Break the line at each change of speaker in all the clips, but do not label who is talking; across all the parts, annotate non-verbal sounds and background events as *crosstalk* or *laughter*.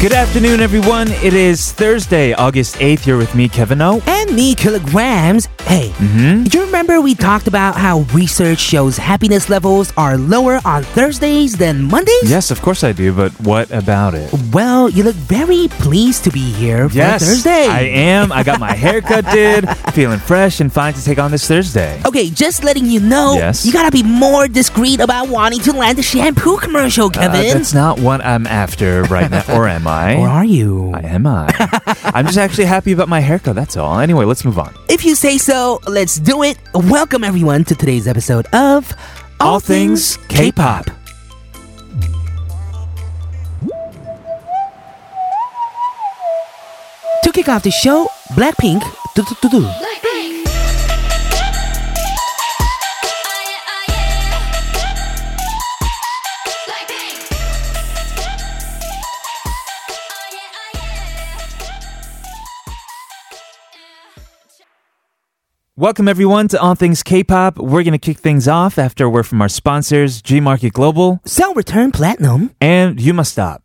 Good afternoon, everyone. It is Thursday, August 8th. You're with me, Kevin O.
and me kilograms. Hey,
Mm-hmm.
do you remember we talked about how research shows happiness levels are lower on Thursdays than Mondays?
Yes, of course I do, but what about it?
Well, you look very pleased to be here
Yes,
for Thursday.
I am. I got my haircut did, feeling fresh and fine to take on this Thursday.
Okay, just letting you know,
Yes.
you gotta be more discreet about wanting to land a shampoo commercial,
Uh,
Kevin.
that's not what I'm after right now, or am I?
or are you?
Am I? I'm just actually happy about my haircut. That's all. Anyway, let's move on.
If you say so, let's do it. Welcome, everyone, to today's episode of
All Things K-Pop.
To kick off the show, Blackpink. Do, do, do, do.
Welcome everyone to All Things K-pop. We're gonna kick things off after a word from our sponsors, G Market Global
Sell Return Platinum.
and You Must Stop.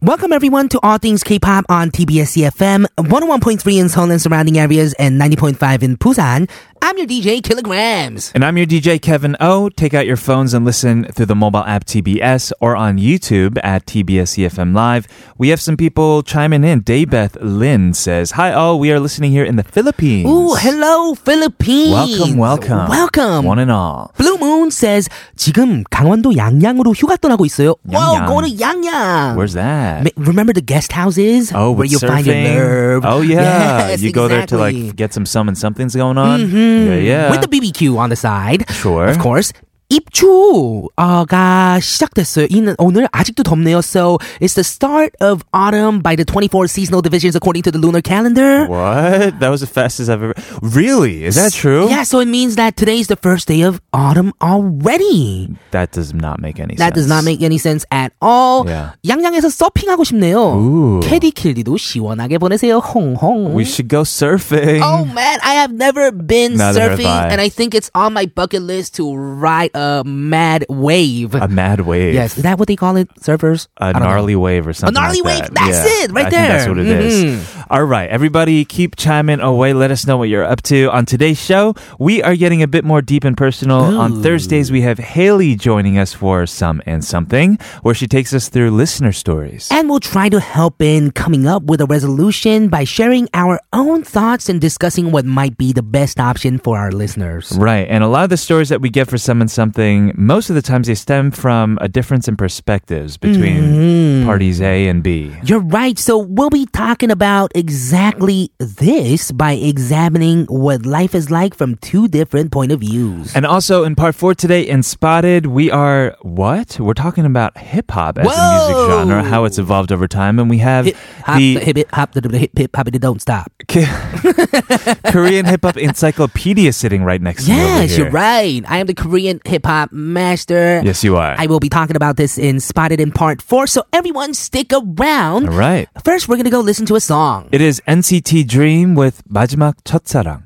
Welcome everyone to All Things K-pop on TBS CFM, 101.3 in Seoul and surrounding areas and 90.5 in Busan. I'm your DJ Kilograms.
And I'm your DJ Kevin O. Take out your phones and listen through the mobile app TBS or on YouTube at TBS EFM E Live. We have some people chiming in. Daybeth Lin says, "Hi all, we are listening here in the Philippines.
Ooh, hello Philippines.
Welcome, welcome,
Welcome.
one and all."
Blue Moon says 지금 강원도 양양으로 휴가 떠나고 있어요.
양양.
Wow, go to Yangyang.
Where's that?
Ma- Remember the guest houses
Oh,
where
with
you find your
surfing?
nerve.
Oh yeah,
Yes,
you go there to
exactly. Mm-hmm.
like get some summon something's going on. Yeah, yeah.
with the BBQ on the side.
Sure.
Of course. 입추가 시작됐어요. 이는 오늘 아직도 덥네요. So it's the start of autumn by the 24 seasonal divisions according to the lunar calendar.
What? That was the fastest I've ever. Really? Is that true?
Yeah, so it means that today is the first day of autumn already.
That does not make any sense.
That does not make any sense at all.
Yeah.
양양에서 서핑하고 싶네요.
Ooh.
캐디킬리도 시원하게 보내세요. 홍홍.
We should go surfing.
Oh man, I have never been
Neither have
surfing,
I.
and I think it's on my bucket list to ride a mad wave.
A mad wave.
yes, is that what they call it? Surfers? I
A
don't know.
gnarly wave or something.
gnarly
like
wave,
that.
that's
Yeah.
it, right
I Think that's
there. Mm-hmm.
what it is. All right, everybody, keep chiming away. Let us know what you're up to on today's show. We are getting a bit more deep and personal on Thursdays. We have Haley joining us for some and something, where she takes us through listener stories.
And we'll try to help in coming up with a resolution by sharing our own thoughts and discussing what might be the best option for our listeners.
Right. And a lot of the stories that we get for Summon Something, most of the times they stem from a difference in perspectives between
Mm-hmm.
parties A and B.
You're right. So we'll be talking about exactly this by examining what life is like from two different point of views.
And also in part four today in Spotted, we are what? We're talking about hip hop as a music
Whoa!
genre, how it's evolved over time. And we have
Hip hop,
the
hip hip hop, hip hip hip hop, it don't stop. *laughs*
Korean hip hop encyclopedia sitting right next to me. over
Yes,
here.
you're right. I am the Korean hip hop master.
Yes, you are.
I will be talking about this in Spotted in Part 4, so everyone stick around.
All right.
First, we're going to go listen to a song.
It is NCT Dream with 마지막 첫사랑.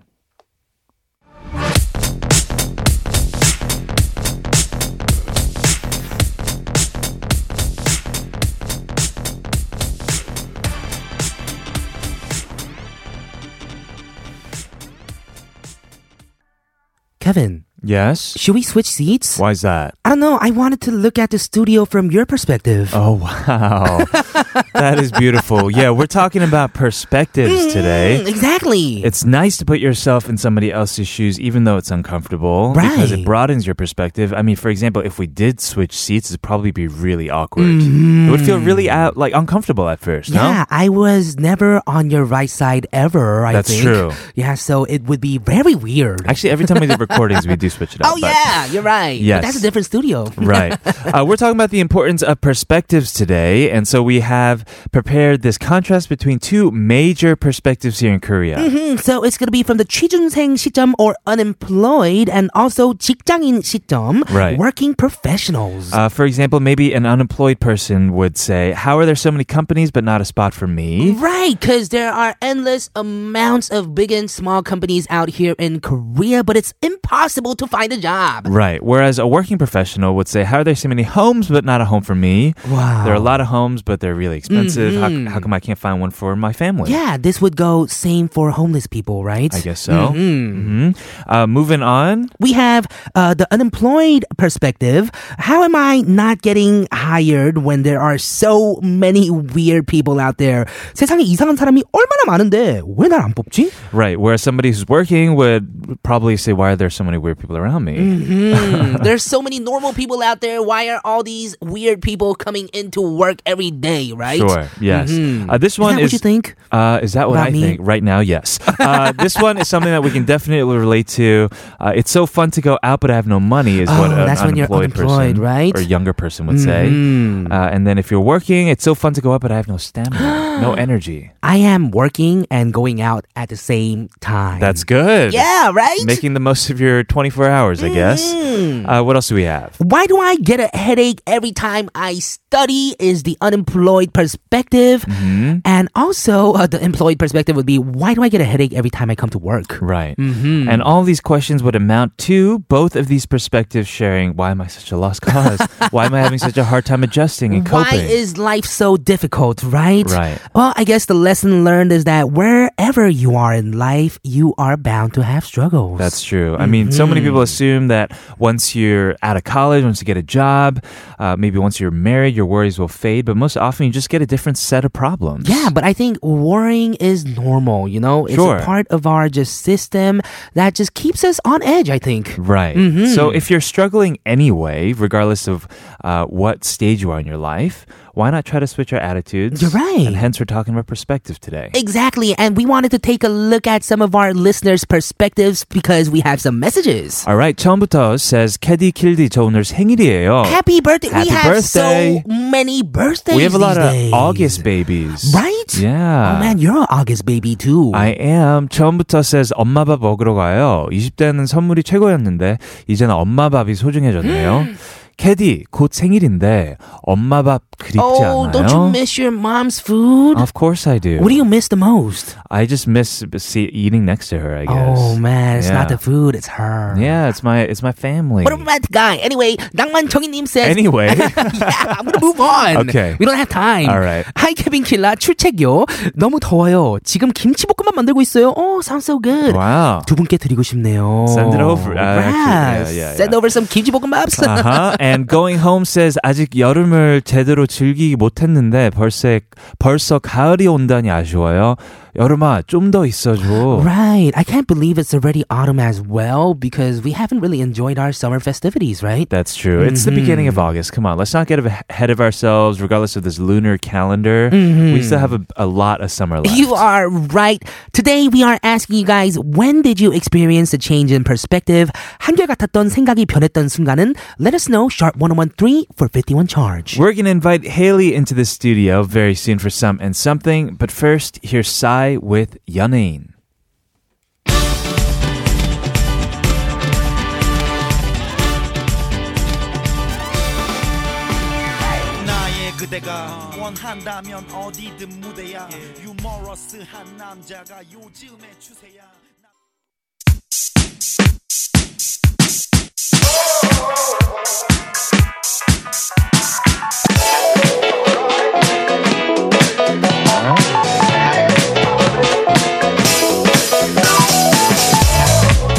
Kevin,
Yes.
should we switch seats?
Why is that?
I don't know. I wanted to look at the studio from your perspective.
Oh,
*laughs*
wow. that is beautiful. Yeah, we're talking about perspectives
Mm,
today.
exactly.
It's nice to put yourself in somebody else's shoes, even though it's uncomfortable, because it
Right.
broadens your perspective. I mean, for example, if we did switch seats, it'd probably be really awkward. It would feel really out, like uncomfortable at first.
Mm-hmm. yeah, I was never on your right side ever. I
That's
think.
true.
Yeah, so it would be very weird.
No, actually, every time we
*laughs*
do recordings, we do switch it up.
oh
but-
yeah, you're right.
Yes.
But that's a different studio.
*laughs* right. Uh, we're talking about the importance of perspectives today. And so we have prepared this contrast between two major perspectives here in Korea.
Mm, So it's going to be from the 취준생 시점 or unemployed and also 직장인 시점,
Right.
working professionals.
Uh, for example, maybe an unemployed person would say, How are there so many companies but not a spot for me?
Right, because there are endless amounts of big and small companies out here in Korea, but it's impossible to find a job.
Right. Whereas a working professional would say, How are there so many homes but not a home for me?
Wow.
There are a lot of homes, but they're really expensive. How,
Mm-hmm.
how come I can't find one for my family?
Yeah, this would go same for homeless people, right?
I guess so. Mm-hmm. Uh, moving on.
we have uh, the unemployed perspective. How am I not getting hired when there are so many weird people out there? 세상에 이상한 사람이 얼마나 많은데 왜 날
*laughs*
안 뽑지?
Right. Whereas somebody who's working would probably say, Why are there so many weird people around me?
Hmm, there's so many normal people out there. Why are all these weird people coming into work every day? Right?
Sure. Yes. Uh, this
Mm-hmm. Is
one
that what you think?
Uh, is that what
About
I
me?
think right now? Yes.
*laughs*
Uh, this one is something that we can definitely relate to. Uh, it's so fun to go out, but I have no money. Is what
Oh,
an
that's when you're
unemployed
unemployed,
person
right? Mm-hmm.
or younger person would say. Uh, and then if you're working, it's so fun to go out, but I have no stamina,
*gasps*
no energy.
I am working and going out at the same time.
That's good.
yeah, right?
Making the most of your 24 hours, I guess.
Mm-hmm.
Uh, what else do we have?
Why do I get a headache every time I study? Is the unemployed perspective.
Mm-hmm.
And also, uh, the employed perspective would be why do I get a headache every time I come to work?
Right.
Mm-hmm.
And all these questions would amount to both of these perspectives sharing why am I such a lost
*laughs*
cause? why am I having such a hard time adjusting and
Why
coping?
is life so difficult, right?
Right.
Well, I guess the lesson learned is that wherever you are in life, you are bound to have struggles.
That's true. I mean, so many people
Mm-hmm.
assume that once you're out of college, once you get a job, uh, maybe once you're married, your worries will fade. But most often, you just get a different set of problems.
Yeah, but I think worrying is normal, you know? It's
Sure.
a part of our just system that just keeps us on edge, I think.
Right.
Mm-hmm.
So if you're struggling anyway, regardless of uh, what stage you are in your life, why not try to switch our attitudes?
You're right.
And hence, we're talking about perspective today.
Exactly, and we wanted to take a look at some of our listeners' perspectives because we have some messages.
All right. 처음부터 says, 캐디 킬디 저 오늘 생일이에요.
Happy birthday!
Oh. Happy
we have
birthday.
so many birthdays.
we have a lot
these
of
days.
August babies.
right?
Yeah.
Oh man, you're an August baby too.
I am. 처음부터 says 엄마 밥 먹으러 가요. 20대는 선물이 최고였는데 이제는 엄마 밥이 소중해졌네요.
음.
캐디 곧 생일인데 엄마 밥 그립지
oh,
않아요?
don't you miss your mom's food?
of course I do.
what do you miss the most?
I just miss see, eating next to her. I guess.
Oh man, it's not
Yeah.
the food, it's her.
Yeah, it's my it's my family.
What about the guy? Anyway, Dangman Chonginim says. *laughs*
anyway,
yeah, I'm gonna move on.
Okay.
We don't have time.
all right.
Hi, Kevin Killa. 출첵요. 너무 더워요. 지금 김치볶음밥 만들고 있어요. Oh, sounds so good.
Wow.
두 분께 드리고 싶네요.
Send it over. 아,
Yes.
actually, yeah, yeah,
Send
yeah.
over some kimchi
Uh huh. And going home says 아직 여름을 제대로 즐기기 못했는데 벌써 벌써 가을이 온다니 아쉬워요. 여름아 좀 더 있어줘.
Right. I can't believe it's already autumn as well because we haven't really enjoyed our summer festivities, right?
That's true. It's the beginning of
Mm-hmm.
August. Come on, let's not get ahead of ourselves. Regardless of this lunar calendar, we still have a, a lot of summer left.
Mm-hmm. You are right. Today we are asking you guys when did you experience a change in perspective? 한결같았던 생각이 변했던 순간은 let us know sharp 1013 for 51 charge.
We're gonna invite Haley into the studio very soon for some and something. But first, here's Psy with Yanin.
나의 그대가 원한다면 어디든 무대야 유머러스한 남자가 요즘의 추세야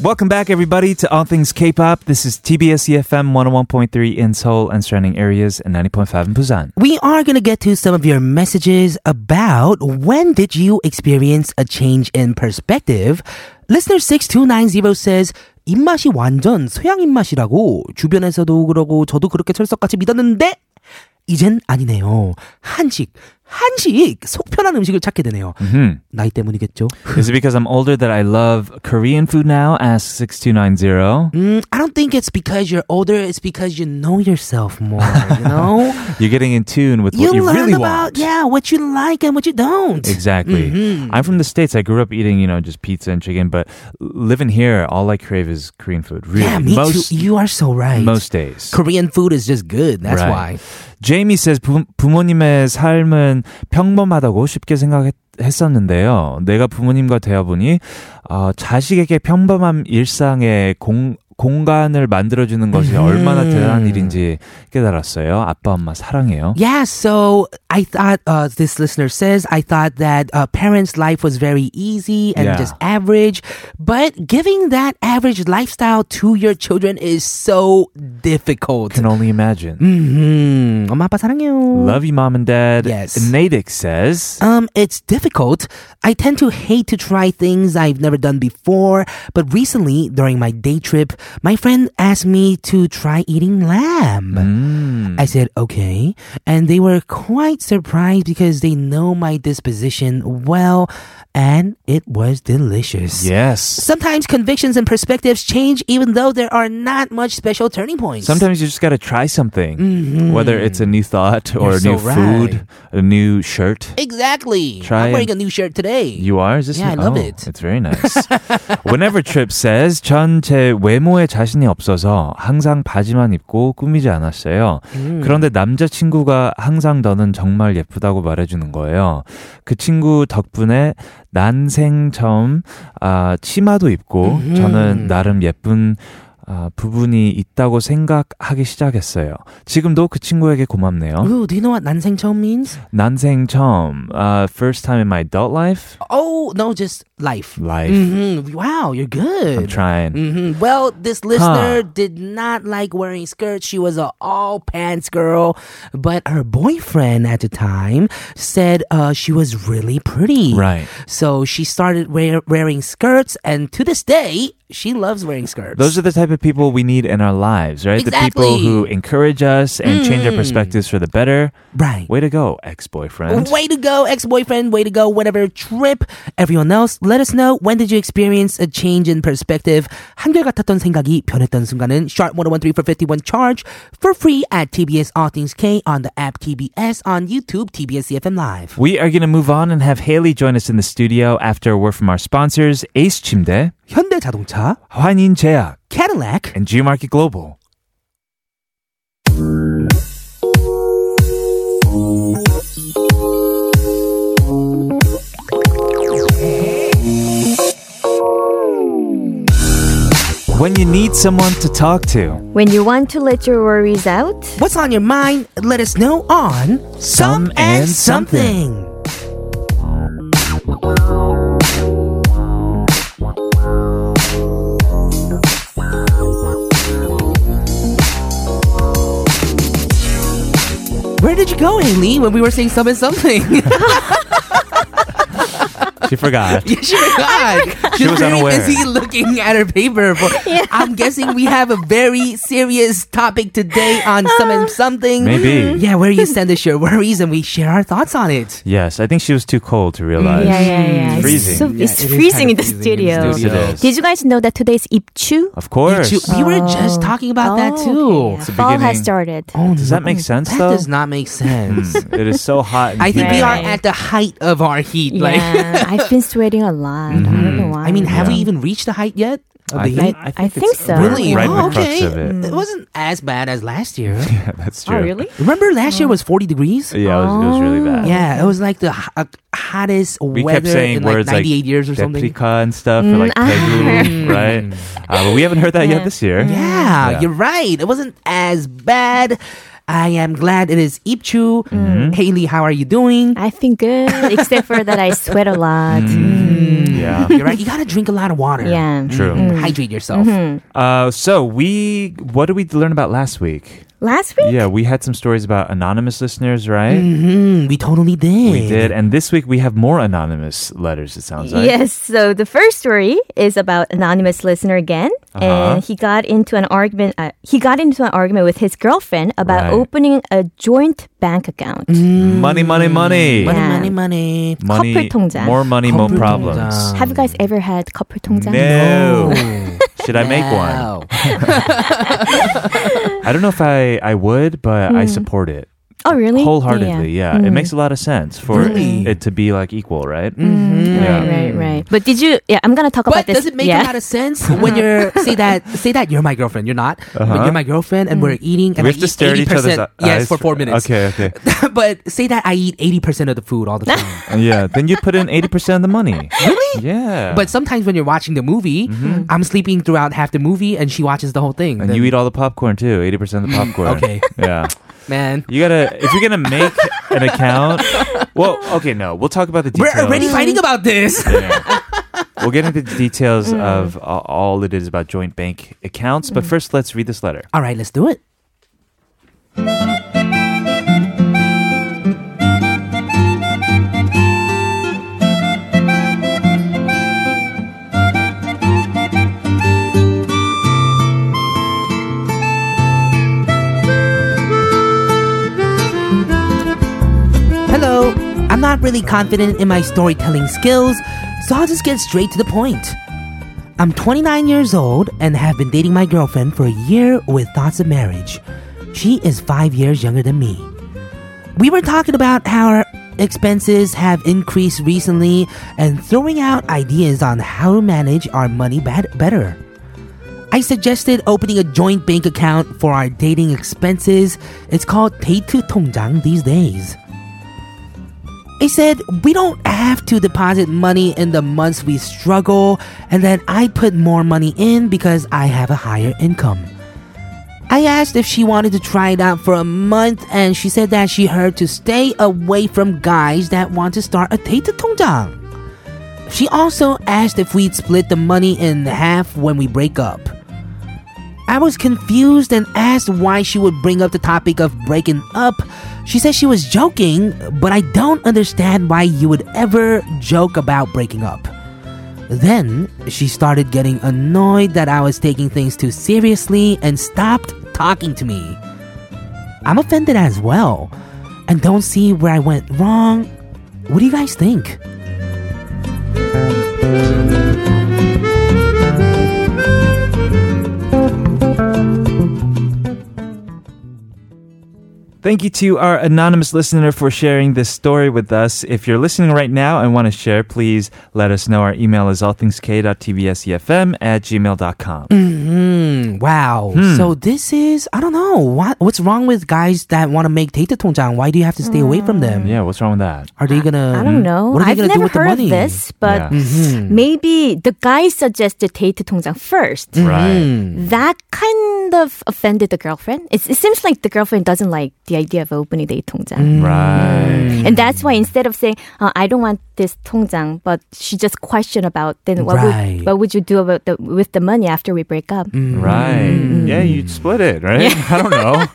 Welcome back, everybody, to All Things K-pop. This is TBS EFM 101.3 in Seoul and surrounding areas, and 90.5 in Busan.
We are going to get to some of your messages about when did you experience a change in perspective. Listener 6290 says 입맛이 완전 서양 입맛이라고 주변에서도 그러고 저도 그렇게 철석같이 믿었는데 이젠 아니네요. 한식, 한식 속 편한 음식을 찾게 되네요.
Mhm.
나이 때문이겠죠.
Is it because I'm older that I love Korean food now? Ask 6290.
음, I don't think it's because you're older. It's because you know yourself more.
*laughs*
You know,
You're getting in tune with
you,
what you
learn
really
about
want.
yeah what you like and what you don't.
Exactly.
Mm-hmm.
I'm from the States. I grew up eating, you know, just pizza and chicken, but living here, all I crave is Korean food. Really.
Yeah, me
most,
too. You are so right.
most days.
Korean food is just good. That's why.
Right. Jamie says 부, 부모님의 삶은 평범하다고 쉽게 생각했었는데요. 내가 부모님과 대화보니 어, 자식에게 평범한 일상의 공 공간을 만들어주는 것이
Mm-hmm.
얼마나 대단한 일인지 깨달았어요. 아빠 엄마 사랑해요.
Yeah, so I thought uh, this listener says I thought that uh, parents' life was very easy and
Yeah.
just average, but giving that average lifestyle to your children is so
*laughs*
difficult.
Can only imagine.
음, 엄마 아빠 사랑해요.
Love you, mom and dad.
Yes.
Natick says.
Um, it's difficult. I tend to hate to try things I've never done before, but recently during my day trip, my friend asked me to try eating lamb.
Mm.
I said, okay. And they were quite surprised because they know my disposition well, and it was delicious.
Yes.
Sometimes convictions and perspectives change even though there are not much special turning points.
Sometimes you just got to try something, whether it's a new thought or a
Mm-hmm. You're
new
so
food, a new shirt.
Exactly.
Try
I'm wearing a
and-
new shirt today.
You are? Is this
Yeah,
me?
I love
Oh,
it.
It's very nice. *laughs* Whenever Trip says, 전 제 외모에 자신이 없어서 항상 바지만 입고 꾸미지 않았어요.
음.
그런데 남자친구가 항상 너는 정말 예쁘다고 말해주는 거예요. 그 친구 덕분에 난생 처음 아, 치마도 입고 저는 나름 예쁜 아, 부분이 있다고 생각하기 시작했어요. 지금도 그 친구에게 고맙네요.
Ooh, do you know what 난생 처음 means?
난생 처음, 아, first time in my adult life,
Oh, no, just life.
life.
hmm Wow, you're
I'm
good.
trying.
hmm Well, this listener did not like wearing skirts. She was a all pants girl, but her boyfriend at the time said uh, she was really pretty.
Right.
So she started wear- wearing skirts, and to this day, she loves wearing skirts.
Those are the type of people we need in our lives, right? The people
Exactly.
who encourage us and change our perspectives for the better.
right.
Way to go, ex boyfriend.
Way to go, ex boyfriend. Way to go, whatever trip. Everyone else, let us know when did you experience a change in perspective? 한결같았던 생각이 변했던 순간은 sharp 1013 for 51 charge for free at TBS All Things K on the app TBS on YouTube TBS EFM Live.
We are going to move on and have Haley join us in the studio after a word from our sponsors Ace Chimde,
현대자동차,
Hwanin Jeak,
Cadillac.
and Geomarket Global. When you need someone to talk to.
When you want to let your worries out,
What's on your mind? Let us know on
Some and Something.
Where did you go, Haley, when we were saying some and something? *laughs*
She forgot.
*laughs* Yeah, she
Oh
forgot.
She
She
was
was very
unaware.
busy looking at her paper.
*laughs*
For, I'm guessing we have a very serious topic today on some
Uh.
and something.
Maybe.
Yeah, where you send us your worries and we share our thoughts on it.
Yes, I think she was too cold to realize.
yeah, yeah, yeah.
It's freezing.
So,
Yeah,
it's
it is
freezing in
kind
the
of freezing in
studio.
the
Yes, it is.
Did you guys know that today's Ipchu?
Of course.
You- We were just talking about that
Oh,
too.
okay.
the
Fall has
beginning.
started.
Oh,
Does that make sense
That
though?
does not make
hmm.
sense.
it is so hot. and
I think we
humid.
are
Right.
at the height of our heat. Like, Mm-hmm.
Yeah, *laughs* I've been sweating a lot. I don't know
*laughs*
why.
I mean, have we even reached the height yet? Of
I
the
think-
heat?
I think
it's
so.
Really?
Right in
oh,
the
okay.
crux of it. *laughs*
It wasn't as bad as last year.
Yeah, that's
Oh,
true.
really?
Remember last year
Mm.
was 40 degrees?
Yeah, it was, it was really bad.
Yeah, it was like the ho- uh, hottest
We
weather
kept saying
in
words
like
like
98 years or something.
Deprika and stuff,
Mm.
or like
*laughs*
Daegu, right? Uh, but we haven't heard that yet this year.
Yeah,
Yeah.
you're right. It wasn't as bad. I am glad it is Ipchu.
Mm-hmm.
Haley, how are
*laughs*
you doing?
I think good, except for that I sweat a lot.
Mm-hmm.
Mm,
Yeah.
You're right. You gotta drink a lot of water.
Yeah. Mm-hmm.
True.
Hydrate yourself.
Uh, so we, what did we learn about last week?
Last week?
Yeah, we had some stories about anonymous listeners, right?
hmm we totally did.
We did. And this week we have more anonymous letters, it sounds like.
Yes, so the first story is about anonymous listener again,
Uh-huh.
and he got into an argument. Uh, he got into an argument with his girlfriend about
Right.
opening a joint bank account.
Money, money,
Mm.
money.
Yeah.
Money, money, money.
Money,
커플 통장.
more money, more
커플
problems.
통장.
Have you guys ever had couple 통장?
No. Should *laughs* I make one?
Oh.
*laughs*
Wow.
I don't know if I, I would, but
Mm.
I support it
Oh, really? Mm.
wholeheartedly. Yeah, it makes a lot of sense for
Really? Mm.
it to be like equal, right?
Mm. Right, right, right. But did you? Yeah, I'm gonna talk
But
about this.
does it make
yeah.
a lot of
*laughs*
sense when you're say that say that you're my girlfriend? You're not, but you're my girlfriend, and
Mm.
we're eating. And
Uh-huh. We
I
have to
eat
stare at each
80%,
other's e-
Yes,
eyes
for four minutes.
Okay, okay.
*laughs* but say that I eat eighty percent of the food all the
*laughs*
time.
yeah, then you put in 80% of the money. Really? Yeah.
But sometimes when you're watching the movie, I'm sleeping throughout half the movie, and she watches the whole thing.
Mm-hmm. and
Then-
you eat all the popcorn too, 80% of the popcorn.
*laughs* Okay.
Yeah.
man.
You gotta, if you're gonna make an account, well, okay, no, we'll talk about the
We're
details.
already fighting
*laughs*
about this.
Yeah. We'll get into the details of uh, all it is about joint bank accounts, but first let's read this letter.
all right, let's do it. Hello. I'm not really confident in my storytelling skills, so I'll just get straight to the point. I'm 29 years old and have been dating my girlfriend for a year with thoughts of marriage. She is five years younger than me. We were talking about how our expenses have increased recently and throwing out ideas on how to manage our money bet- better. I suggested opening a joint bank account for our dating expenses. It's called Taetu Tongjang these days. It said we don't have to deposit money in the months we struggle, and then I put more money in because I have a higher income. I asked if she wanted to try it out for a month, and she said that she heard to stay away from guys that want to start a Taita Tongjang. She also asked if we'd split the money in half when we break up. I was confused and asked why she would bring up the topic of breaking up. She said she was joking, but I don't understand why you would ever joke about breaking up. Then she started getting annoyed that I was taking things too seriously and stopped talking to me. I'm offended as well and don't see where I went wrong. What do you guys think?
Thank you to our anonymous listener for sharing this story with us. If you're listening right now and want to share, please let us know. Our email is allthingsk.tbsefm at gmail.com.
Mm, wow. So this is I don't know what what's wrong with guys that want to make data 통장. Why do you have to stay away from them?
Yeah, what's wrong with that?
Are they gonna? hmm,
I don't know.
Mm. What are they
I've
gonna
never
do with the
heard
money?
of this, but
Yeah.
maybe the guy suggested 데이트 통장 first.
Right.
That kind of offended the girlfriend. It's, it seems like the girlfriend doesn't like the idea of opening the 통장.
Right.
Mm.
And that's why instead of saying, uh, I don't want this 통장, but she just questioned about then what,
Right. Mm.
would, what would you do about the, with the money after we break up?
Right. Yeah, you'd split it, right? *laughs* I don't know.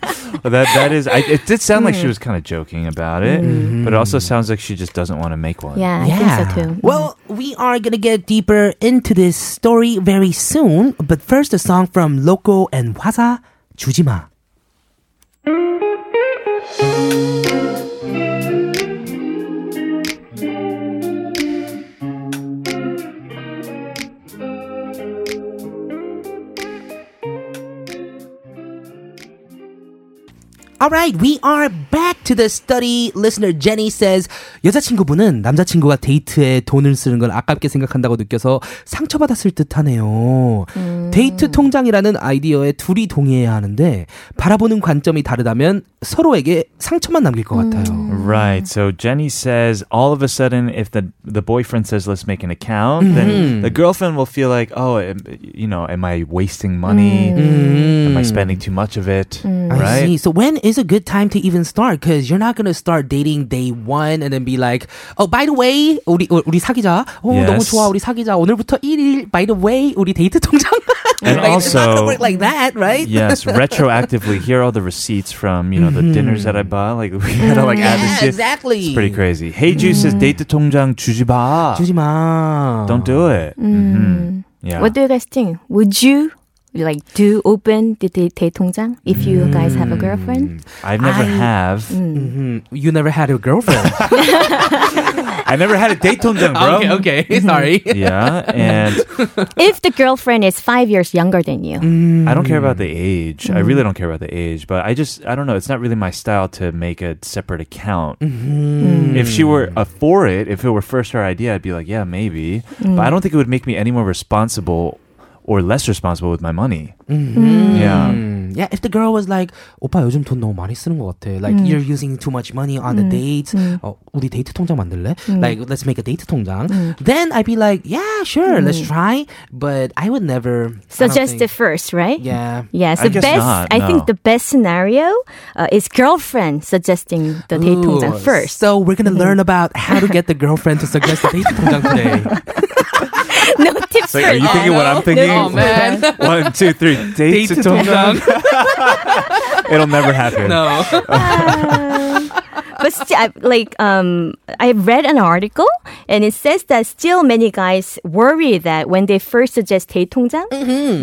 that that is. I, it did sound like she was kind of joking about it, but it also sounds like she just doesn't want to make one.
Yeah, I think so too. Hmm.
Well, we are gonna get deeper into this story very soon. But first, a song from Loco and Waza, Jujima. All right, we are back to the study. Listener Jenny says 여자친구분은 남자친구가 데이트에 돈을 쓰는 걸 아깝게 생각한다고 느껴서 상처받았을 듯하네요. 데이트 통장이라는 아이디어에 둘이 동의해야 하는데 바라보는 관점이 다르다면 서로에게 상처만 남길 것 같아요.
Right. So Jenny says, all of a sudden, if the the boyfriend says, "Let's make an account,"
Mm-hmm.
then the girlfriend will feel like, "Oh, am, you know, am I wasting money? Am I spending too much of it?"
Mm-hmm. Mm. I see.
Right.
So when is a good time to even start? Because you're not gonna start dating day one and then be like, oh, by the way, 우리 우- 우리 사귀자. 어, 너무
Yes.
좋아, 우리 사귀자. 오늘부터 1일. By the way, 우리 데이트 통장.
And
Like, it's not gonna
also,
work like that, right? *laughs*
yes, retroactively, here are all the receipts from you know the
Mm-hmm.
dinners that I bought. Like *laughs* we had to like add this.
Yeah,
shit.
exactly. Mm.
It's pretty crazy. Hey, Ju says 데이트 통장 주지 마.
주지 마.
Don't do it.
Mm.
Mhm. Yeah.
What do you guys think? Would you like do open the da- date 통장 if you guys have a
Mm.
girlfriend?
I never
I-
have.
Mhm. You never had a girlfriend.
I never had a date 통장, *laughs* bro.
*laughs* okay, okay.
*laughs*
Sorry.
Yeah, and
If the girlfriend is five years younger than you,
Mm.
I don't care about the age. I really don't care about the age, but I just I don't know. It's not really my style to make a separate account. If she were up for it, if it were first her idea, I'd be like, yeah, maybe. But I don't think it would make me any more responsible or less responsible with my money. Yeah.
Mm, yeah, if the girl was like, 오빠 요즘 돈 너무 많이 쓰는 것 같아.
Mm.
Like you're using too much money on the dates. 어, 우리 데이트 통장 만들래?
Mm.
Like let's make a date 통장. Then I'd be like, yeah, sure, let's try. But I would never I don't
Mm. suggest
think-
it first, right?
Yeah.
Yes,
I
the
guess
best.
not,
I
no.
think the best scenario uh, is girlfriend suggesting the date 통장
*laughs*
Ooh,
first. Mm.
So we're gonna learn about how to get the girlfriend to suggest the
*laughs*
date 통장 today.
no tips
So
first.
are you thinking what I'm thinking?
Oh, man.
*laughs*
*laughs*
One, two, three. Date to 통장. It'll never happen.
no.
but still, I- like um, I read an article and it says that still many guys worry that when they first suggest date 통장,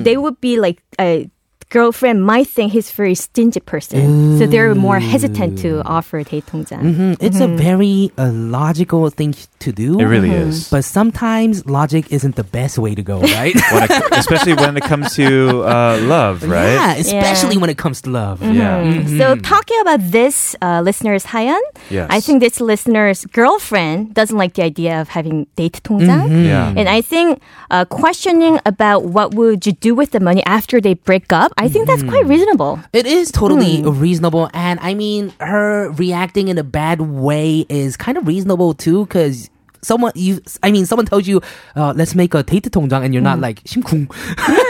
they would be like a girlfriend might think he's very stingy person, so they're more hesitant to offer date 통장.
Mm, It's
Mm-hmm.
a very uh, logical thing to do.
It really is.
But sometimes logic isn't the best way to go, right?
When it- especially when it comes to uh, love, right?
Yeah, especially
Yeah. Mm-hmm.
when it comes to love.
Yeah.
So
Mm-hmm.
talking about this uh, listener's Hayan,
Yes.
I think this listener's girlfriend doesn't like the idea of having date 통장.
Mm-hmm.
Yeah.
And I think uh, questioning about what would you do with the money after they break up, I think that's quite
Mm-hmm. *laughs*
reasonable.
It is totally
Mm-hmm.
reasonable. And I mean, her reacting in a bad way is kind of reasonable too, because someone, you, I mean, someone tells you, uh, let's make a date 통장, and you're not
Mm.
like, 심쿵.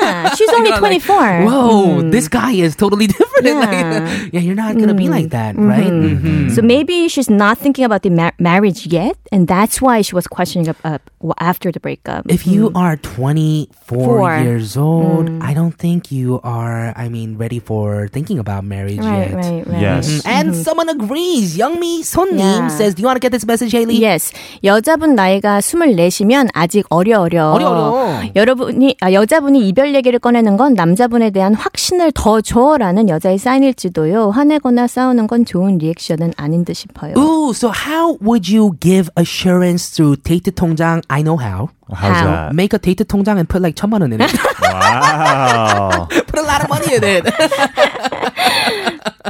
Yeah, she's only
You're like,
24.
*laughs* Whoa,
Mm-hmm.
this guy is totally *laughs* different. Yeah, like, *laughs* yeah you're not going to be like
Mm-hmm.
that, right? Mhm.
Mm. So maybe she's not thinking about the ma- marriage yet, and that's why she was questioning up, up w- after the breakup.
If you are 24
Mm-hmm. Four. Mm.
years old, I don't think you are, I mean, ready for thinking about marriage yet.
right, right, right.
Yes.
Mm, And someone agrees. Youngmi Sonnim
Yeah.
says, "Do you want to get this message,
네.
Haley?"
Yes. 여자분 나이가 24시면 아직 어려 어려.
어려, 어려.
여러분이 아, 여자분이 이별 얘기를 꺼내는 건 남자분에 대한 확신을 더 줘라는 여자의 사인일지도요. 화내거나 싸우는 건 좋은 리액션은 아닌 듯 싶어요.
Ooh, so how would you give assurance through date 통장? I know how.
How's
How?
that?
Make a date 통장 and put like 천만 원
*laughs*
in it.
Wow.
put a lot of money in it.
*laughs*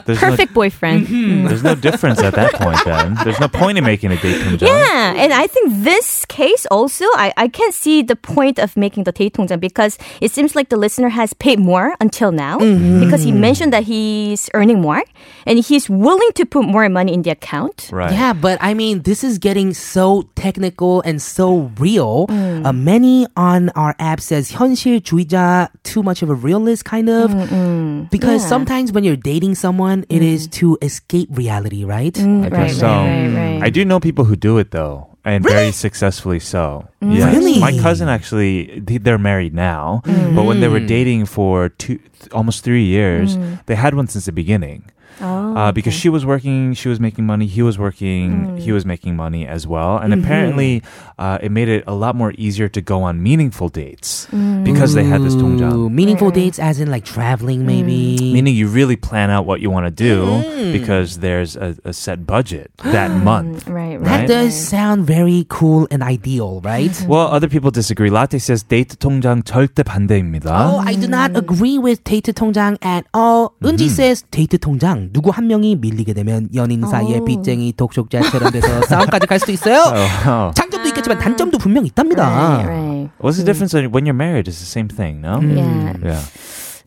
There's no,
Perfect boyfriend.
there's no difference at that point then. There's no point in making a date 통장.
Yeah, and I think this case also, I, I can't see the point of making the 대통령 because it seems like the listener has paid more until now because he mentioned that he's earning more and he's willing to put more money in the account.
*laughs* Right.
Yeah, but I mean, this is getting so technical and so real. Uh, many on our app says 현실주의자, too much of a realist kind of. Because sometimes when you're dating someone, it is to escape reality, right?
Mm,
I guess so. I do know people who do it though, and very successfully so. Yes.
Mm. Really?
My cousin actually, th- they're married now, but when they were
Mm.
dating for two, th- almost three years, they had one since the beginning.
Oh,
uh, because she was working, she was making money. He was working,
Mm.
he was making money as well. And
Mm-hmm.
apparently, uh, it made it a lot more easier to go on meaningful dates because they had this
Ooh,
통장.
meaningful dates, as in like traveling,
Mm.
maybe.
Meaning you really plan out what you want to do
Mm.
because there's a, a set
*gasps*
budget that month.
Right, right.
That
Right.
does sound very cool and ideal, right?
Mm-hmm.
Well, other people disagree. Latte says 데이트 통장 절대 반대입니다.
Oh, I do not
Mm.
agree with 데이트 통장 at all.
Mm-hmm.
은지 says 데이트 통장 누구 한 명이 밀리게 되면 연인
Oh.
사이에 빚쟁이 독촉자처럼
*laughs*
돼서 싸움까지 갈 수도 있어요.
Oh.
장점도 있겠지만 단점도 분명
Right,
있답니다.
right.
What's
Mm.
the difference on- when you're married? It's the same thing, no?
Yeah.
Yeah.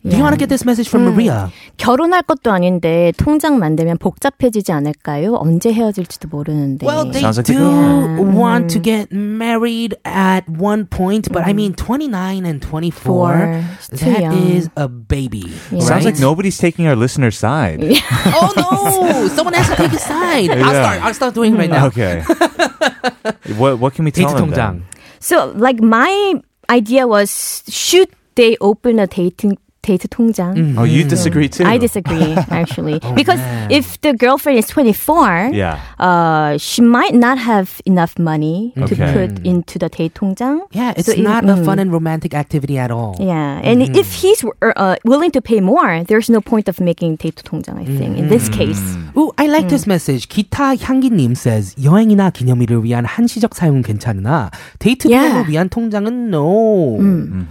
Do you want to get this message
Mm.
from Maria?
결혼할 것도 아닌데 통장 만들면 복잡해지지 않을까요? 언제 헤어질지도 모르는데.
Well, they
Sounds like a
do
good
one.
want to get married at one point, but I mean, 29 and 24,
Four. It's too
that
young.
is a baby.
Yeah.
Sounds
right?
like nobody's taking our listener's side.
oh
*laughs*
no, someone has to take a side. I'll
Yeah.
start, I'll start doing it right now.
Okay.
*laughs*
what what can we tell
데이트
them?
통장.
then?
So, like, my idea was shoot they open a dating 데이트 통장.
Oh,
Mm.
you disagree too?
I disagree actually because if the girlfriend is 24,
Yeah.
uh, she might not have enough money to
Okay.
put into the date 통장.
Yeah, it's
So it-
not a
mm.
fun and romantic activity at all.
Yeah, and if he's uh, willing to pay more, there's no point of making date 통장. I think in this case.
Ooh, I like
Mm.
this message. 기타 향기님 says 여행이나 기념일을 위한 한시적 사용은 괜찮으나 데이트
Yeah. Mm.
비용을 위한 통장은 no.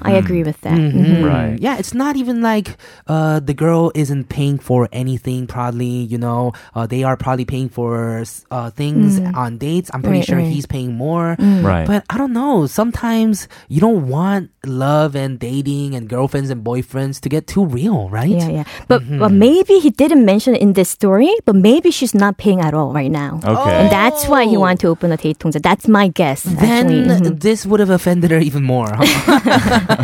I agree with that.
Mm.
Mhm.
Right.
Yeah, it's not even like uh, the girl isn't paying for anything. Probably, you know, uh, they are probably paying for uh, things on dates. I'm pretty
Mm. Right,
sure
right. Mm.
he's paying more.
Right.
But I don't know. Sometimes you don't want love and dating and girlfriends and boyfriends to get too real, right?
Yeah, yeah. But, but maybe he didn't mention it in this story, but maybe she's not paying at all right now.
Okay.
And that's why he wanted to open a date 통장. That's my guess.
Then
actually. Mhm.
this would have offended her even more.
*laughs*
huh?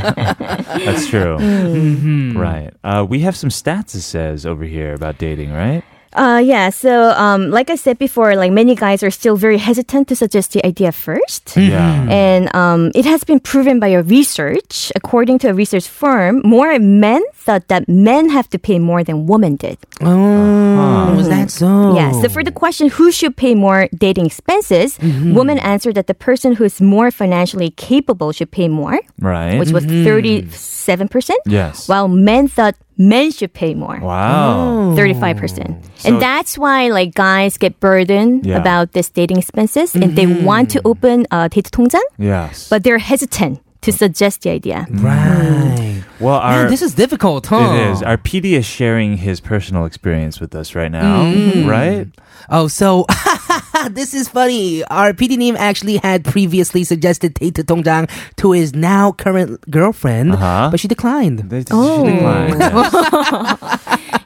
That's true.
*laughs* Mm-hmm.
Right. Uh, we have some stats, it says over here about dating, right?
Uh, yeah. So, um, like I said before, like many guys are still very hesitant to suggest the idea 1st
Mm-hmm.
Yeah.
And um, it has been proven by a research. According to a research firm, more men thought that men have to pay more than women did. Uh-huh.
oh, was that so?
Yeah.
Oh.
So for the question, who should pay more dating expenses?
Mm-hmm.
Women answered that the person who is more financially capable should pay more,
Right.
which was thirty-seven percent.
Mm-hmm. yes.
While men thought men should pay more.
wow.
Oh. 35%. and that's why like guys get burdened
Yeah. Mm-hmm.
about this dating expenses and they want to open uh, 데이트 통장
Yes.
but they're hesitant to
Mm.
suggest the idea. Mm-hmm.
right.
well, our
Man, this is difficult, huh?
It is. Our PD is sharing his personal experience with us right now, right?
Oh, so *laughs* this is funny. Our PD name actually had previously suggested Taita Tongjang to his now current girlfriend,
Uh-huh.
but she declined.
They- she declined. Yes.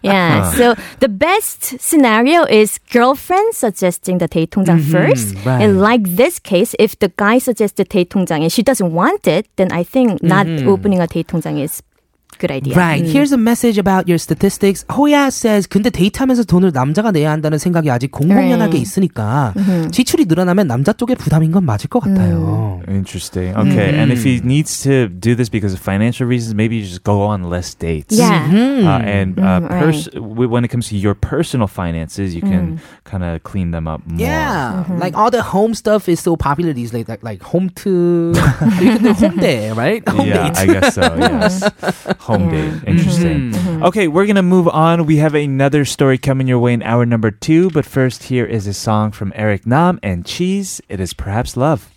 Yeah.
Uh-huh.
So the best scenario is girlfriend suggesting the 데이트 통장
Mm-hmm,
first.
right.
And like this case if the guy suggests the 데이트 통장 and she doesn't want it then I think not
Mm-hmm.
opening a 데이트 통장 is good idea. Mm.
Right. Here's a message about your statistics. 호야 says, 근데 데이트하면서 돈을 남자가 내야 한다는 생각이 아직 공공연하게
Right. Mm-hmm.
있으니까 지출이 늘어나면 남자 쪽의 부담인 건 맞을
Mm.
것 같아요.
Interesting. Okay. And if he needs to do this because of financial reasons, maybe you just go on less dates.
Yeah.
Mm-hmm.
Uh, and uh,
Mm,
pers- w when it comes to your personal finances, you can kind of clean them up more.
Yeah,
Mm-hmm.
like all the home stuff is so popular these days, like like home to *laughs* you can do home day, right? *laughs* Home
yeah,
dates.
I guess so. Yes. Home date. Interesting.
Mm-hmm.
Okay, we're going to move on. We have another story coming your way in hour number two. But first, here is a song from Eric Nam and Cheese. It is Perhaps Love.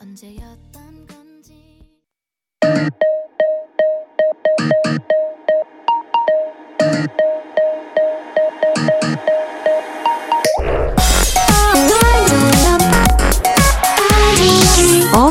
언제였던 건지
All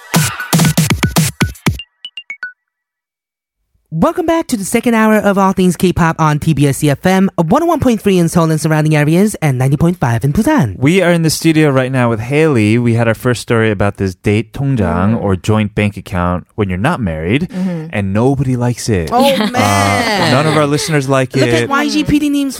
Welcome back to the second hour of All Things K-Pop on TBS EFM, 101.3 in Seoul and surrounding areas, and 90.5 in Busan.
We are in the studio right now with Haley. We had our first story about this date 통장
Mm-hmm.
or joint bank account when you're not married, and nobody likes it.
Oh,
Uh,
man.
none of our listeners like
Look
it.
at YGPD Neem's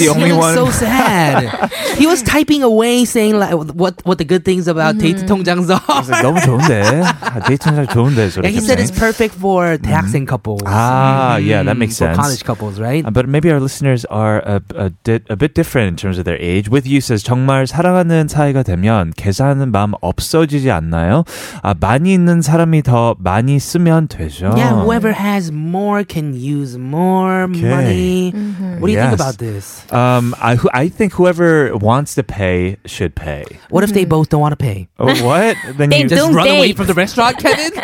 He's the only
he
one.
looks so
*laughs*
sad. he was typing away saying like what what the good things about 데이트 통장s are. *laughs*
It's like, 너무 좋은데. 아, 데이트 통장 좋은데. sort
Yeah,
of
he
kept
said it's
saying.
perfect for 대학생 couples.
eh? Mm-hmm. Ah, yeah, that makes
for
sense.
college couples, right?
Uh, But maybe our listeners are a, a, di- a bit different in terms of their age. With you says 정말 사랑하는 사이가 되면 계산하는 마음 없어지지 않나요? 아, 많이 있는 사람이 더 많이 쓰면 되죠.
Yeah, whoever has more can use more
Okay.
money. What do you
Yes.
think about this?
Um, I, who- I think whoever wants to pay should pay.
What if they both don't want to pay?
*laughs*
Oh, what? Then you
They don't
Run away
date.
*laughs* from the restaurant, Kevin?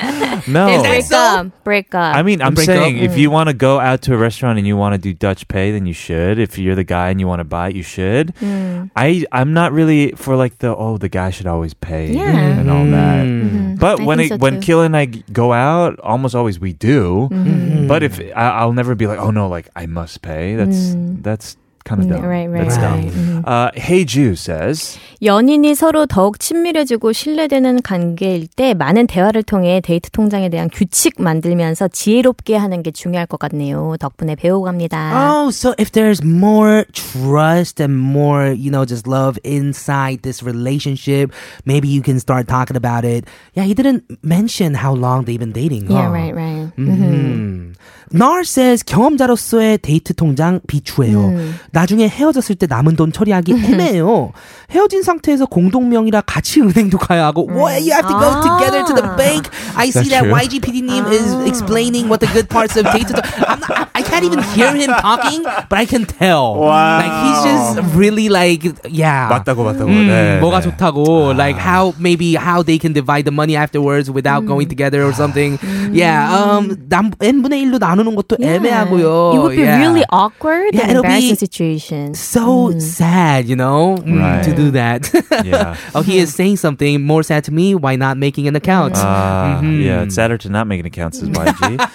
no.
break up. Break up.
I mean, I'm
Break
saying
Jacob.
if you want to go out to a restaurant and you want to do Dutch pay, then you should. If you're the guy and you want to buy it, you should.
Mm.
I I'm not really for like the oh the guy should always pay
Yeah.
and all that. Mm-hmm.
Mm-hmm.
But
I
when it,
think so
when
too.
Kila and I go out, almost always we do.
Mm.
But if I, I'll never be like oh no like I must pay. That's
Mm.
that's kind of dumb.
Mm-hmm. right, right,
That's dumb.
right. Mhm.
Uh, hey Ju says.
연인이 서로 더욱 친밀해지고 신뢰되는 관계일 때 많은 대화를 통해 데이트 통장에 대한 규칙 만들면서 지혜롭게 하는 게 중요할 것 같네요. 덕분에
아,
배워갑니다.
Oh, so if there's more trust and more, you know, just love inside this relationship, maybe you can start talking about it. Yeah, he didn't mention how long they've been dating.
Yeah,
huh?
right,
어.
right. Mm-hmm.
음. Nar says 경험자로서의 데이트 통장 비추해요. 나중에 헤어졌을 때 남은 돈 처리하기 애매해요. 헤어진 상태에서 공동명의라 같이 은행도 가야 하고. What you have to go
아.
together to the bank. I see that
true?
YG PD님 is explaining what the good parts of 데이트. I'm not, I- I can't even hear him talking, but I can tell.
Wow.
Like he's just really like yeah.
맞다고 맞다고.
음,
네,
뭐가
네.
좋다고 like how maybe how they can divide the money afterwards without going together or something. Yeah, um, 남 n분의 1로 나누는 것도 음, 애매하고요.
It would be
Yeah.
really awkward
Yeah,
and
it'll be-
embarrassing situation.
So sad, you know, mm,
Right.
to do that. *laughs*
Yeah.
oh, he is saying something more sad to me. Why not making an account?
Ah, Yeah, it's sadder to not make an account, says YG. *laughs*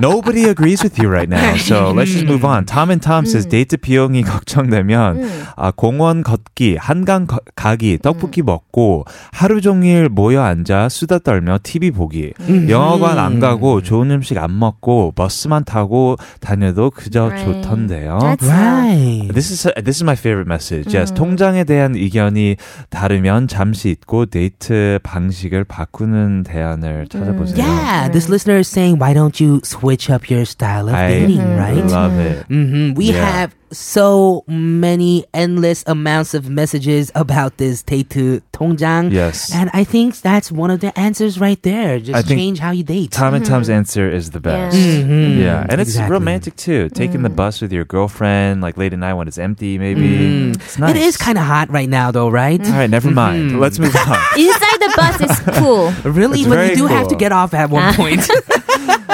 Nobody agrees with you right now. So let's just move on. Tom and Tom
Mm.
says 데이트 비용이 *laughs* 걱정되면
Mm.
아, 공원 걷기, 한강 거- 가기, 떡볶이 먹고 하루 종일 모여 앉아 수다 떨며 TV 보기,
Mm-hmm.
영화관
음.
안 가고 좋은 음식 안 먹고 버스만 타고 다녀도 그저
Right.
좋던데요.
That's uh,
right.
This is this is my favorite message.
음.
Yes, 통장에 대한 의견이 다르면 잠시 잊고 데이트 방식을 바꾸는 대안을 찾아보세요.
음. Yeah, this listener is saying, why don't you switch up your style of
I
dating,
Mm-hmm.
right?
love it.
hmm We
Yeah.
have so many endless amounts of messages about this Taetu Tongjang.
Yes.
And I think that's one of the answers right there.
I
Just
think
change how you date.
Tom and Tom's answer is the best.
Yeah.
Yeah, and it's
음. Mm-hmm. exactly. Mm.
romantic too. Taking the bus with your girlfriend, like late at night when it's empty, maybe. It's nice. Mm.
Mm-hmm. It is kind of Mm-hmm. hot right now, though, right?
All right, never mind. Let's move on.
inside the bus is cool.
Really,
It's
but
very
you do have to
cool.
get off at one point. *laughs*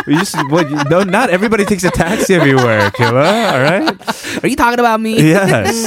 We just what, you- no, not everybody takes a taxi everywhere, Killa. All right.
Are you talking
*laughs*
about me?
Yes.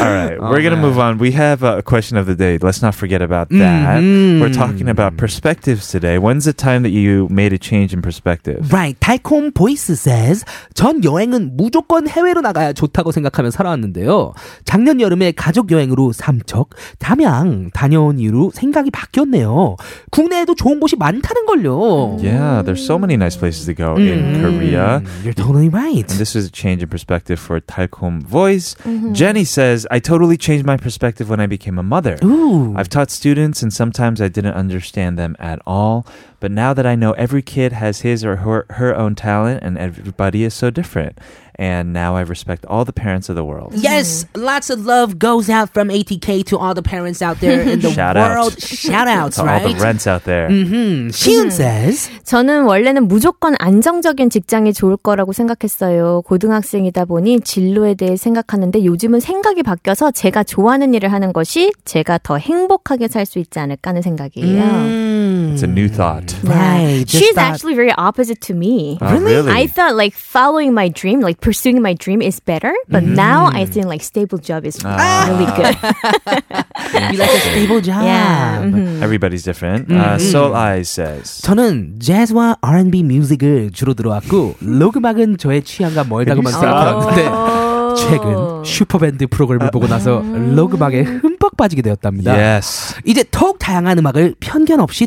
All right. We're going to move on. We have a question of the day. Let's not forget about that. We're talking about perspectives today. When's the time that you made a change in perspective?
Right, 달콤 보이스 says 전 여행은 무조건 해외로 나가야 좋다고 생각하며 살아왔는데요. 작년 여름에 가족 여행으로 삼척, 담양 다녀온 이후로 생각이 바뀌었네요. 국내에도 좋은 곳이 많다는 걸요.
Yeah, there's so many nice places to go in Korea.
음, You're totally right.
And this is a change in perspective for Taekom Voice.
Mm-hmm.
Jenny says, I totally changed my perspective when I became a mother.
Ooh.
I've taught students, and sometimes I didn't understand them at all. But now that I know every kid has his or her, her own talent, and everybody is so different, and now I respect all the parents of the world.
Yes, lots of love goes out from ATK to all the parents out there in the
Shout out.
world. Shout outs,
To
right?
all the rents out there.
Hmm, Shiun says,
저는 원래는 무조건 안정적인 직장이 좋을 거라고 생각했어요. 고등학생이다 보니 진로에 대해 생각하는데 요즘은 생각이 바뀌어서 제가 좋아하는 일을 하는 것이 제가 더 행복하게 살 수 있지 않을까 하는 생각이에요.
음. Mm.
It's a new
Mm-hmm.
thought.
Right, just
She's
that- Ah,
actually very opposite to me.
Oh, really?
I thought like following my dream, like pursuing my dream is better, but
Mm-hmm.
now I think like stable job is
Ah.
really
*laughs*
good.
you like a stable job.
Yeah. Mm-hmm.
Mm-hmm.
Everybody's different. Uh, Soul Eyes says.
저는 재즈와 R&B 뮤직을 주로 들어왔고 록음악은 저의 취향과
Can you
멀다고만
Oh.
stop?
생각하는데 네. 최근 슈퍼밴드 프로그램을 보고 나서 록음악에 흠뻑 빠지게 되었답니다.
Yes.
이제 더욱 다양한 음악을 편견 없이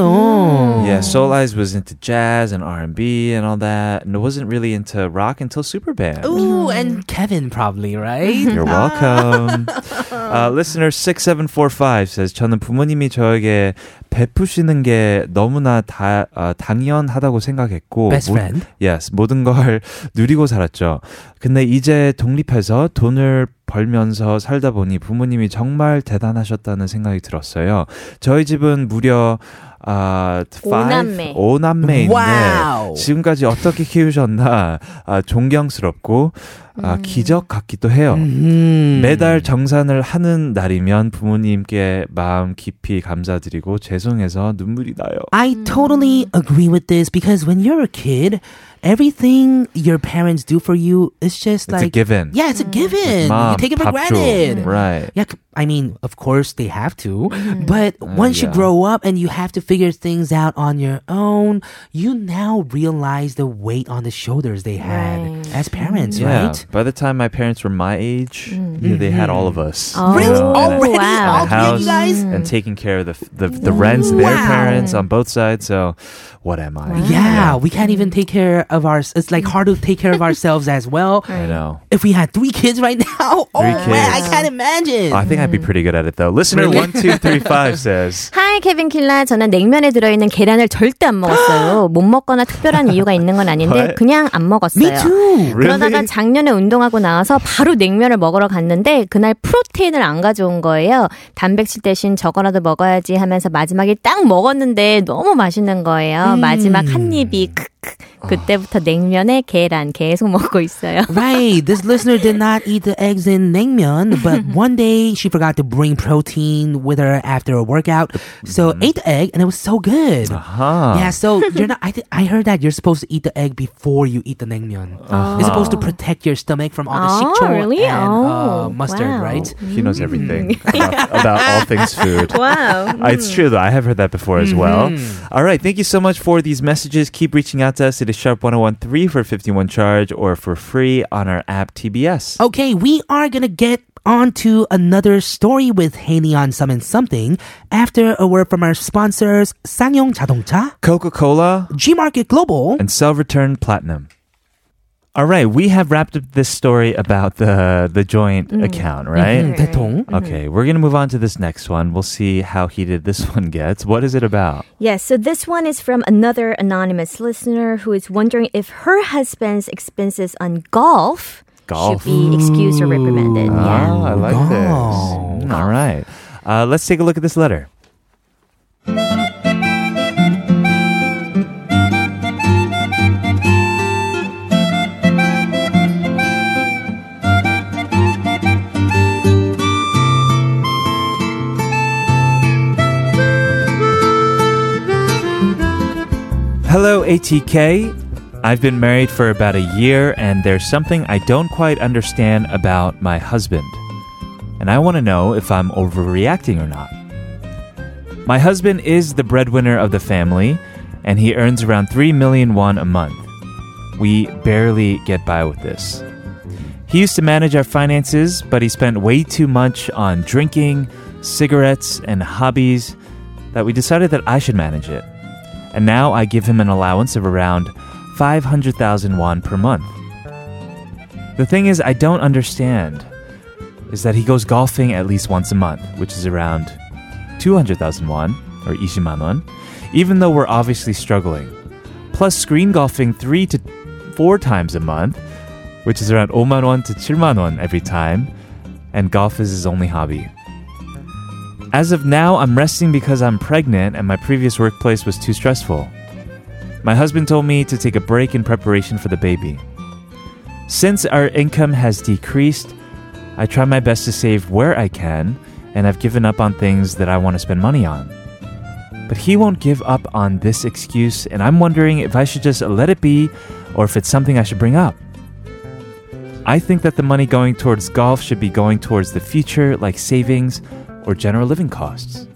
들어보려고요.
Yeah, Soul Eyes was into jazz and R&B and all that, and wasn't really into rock until Superband.
Ooh, and Kevin probably, right? *laughs*
You're welcome. uh, listener 6745 says 저는 부모님이 저에게 베푸시는 게 너무나 다, 아, 당연하다고 생각했고
Best
모-
friend.
yes, 모든 걸 *laughs* 누리고 살았죠. 근데 이제 독립해서 돈을 벌면서 살다 보니 부모님이 정말 대단하셨다는 생각이 들었어요. 저희 집은 무려 아,
오남매.
오남매인데 네.
와우.
지금까지 어떻게 키우셨나 아, 존경스럽고 아, 기적 같기도 해요.
음.
매달 정산을 하는 날이면 부모님께 마음 깊이 감사드리고 죄송해서 눈물이 나요.
I totally agree with this because when you're a kid, everything your parents do for you is just
It's a
like
given.
Yeah,
Mm.
it's a given.
Mom,
you take it for
밥 줘.
granted.
Right.
Yeah, c- I mean, of course they have to,
Mm-hmm.
but once you
Uh, yeah.
grow up and you have to figure things out on your own, you now realize the weight on the shoulders they had
Right.
as parents,
Yeah.
right? Mm.
By the time my parents were my age, yeah, they had all of us.
Oh.
you
Really?
know, and a-
Already,
wow.
and a
already,
house
you guys. Mm.
and taking care of the f- the, the rents, their
Wow.
parents on both sides. So, what am I?
Mm-hmm.
Yeah, we can't even take care of our. It's like hard to take care of ourselves as well.
I know.
If we had three kids right *laughs* now, oh
Three
man, I
kids.
can't imagine.
I think I'd be pretty good at it though. Listener one two three five says.
하이 케빈 킬라 저는 냉면에 들어있는 계란을 절대 안
*gasps*
먹었어요. 못 먹거나 특별한 이유가 있는 건 아닌데
What?
그냥 안 먹었어요.
Me too.
그러다가
Really?
작년에 운동하고 나와서 바로 냉면을 먹으러 갔는데 그날 프로테인을 안 가져온 거예요. 단백질 대신 저거라도 먹어야지 하면서 마지막에 딱 먹었는데 너무 맛있는 거예요. 마지막 한 입이 크크. 그때부터 냉면에 계란 계속 먹고 *laughs* 있어요.
Right. This listener
*laughs*
did not eat the eggs in naengmyeon, but one day she forgot to bring protein with her after a workout. So
Mm-hmm.
ate the egg and it was so good.
Uh-huh.
Huh.
Yeah, so you're not I, th- I heard that you're supposed to eat the egg before you eat the naengmyeon. It's supposed to protect your stomach from all the
Uh-huh. Oh,
sikcho
really?
and uh,
Oh,
mustard,
wow.
right?
He knows everything about, about all things food.
와우.
Uh, It's true though. I have heard that before as well. All right. Thank you so much for these messages. Keep reaching out to us. It is sharp 1013 for 51 charge or for free on our app TBS.
Okay, we are gonna get on to another story with Haney on Some and Something after a word from our sponsors, Sangyong Ja동cha,
Coca-Cola
G Market Global.
and Cell Return Platinum. All right, we have wrapped up this story about the the joint account, right?
Mm-hmm. 대통.
Okay, we're going to move on to this next one. We'll see how heated this *laughs* one gets. What is it about?
Yes, so this one is from another anonymous listener who is wondering if her husband's expenses on golf,
Golf.
should be excused or reprimanded.
Ah, I like
Wow.
this. Mm, All right. Uh, let's take a look at this letter. Hello, ATK. I've been married for about a year, and there's something I don't quite understand about my husband. And I want to know if I'm overreacting or not. My husband is the breadwinner of the family, and he earns around 3 million won a month. We barely get by with this. He used to manage our finances, but he spent way too much on drinking, cigarettes, and hobbies that we decided that I should manage it and now I give him an allowance of around 500,000 won per month. The thing is, I don't understand is that he goes golfing at least once a month, which is around 200,000 won or 20만 won, even though we're obviously struggling. Plus screen golfing 3 to 4 times a month, which is around 5만 won to 7만 won every time, and golf is his only hobby. As of now, I'm resting because I'm pregnant and my previous workplace was too stressful. My husband told me to take a break in preparation for the baby. Since our income has decreased, I try my best to save where I can, and I've given up on things that I want to spend money on. But he won't give up on this excuse, and I'm wondering if I should just let it be or if it's something I should bring up. I think that the money going towards golf should be going towards the future, like savings or general living costs.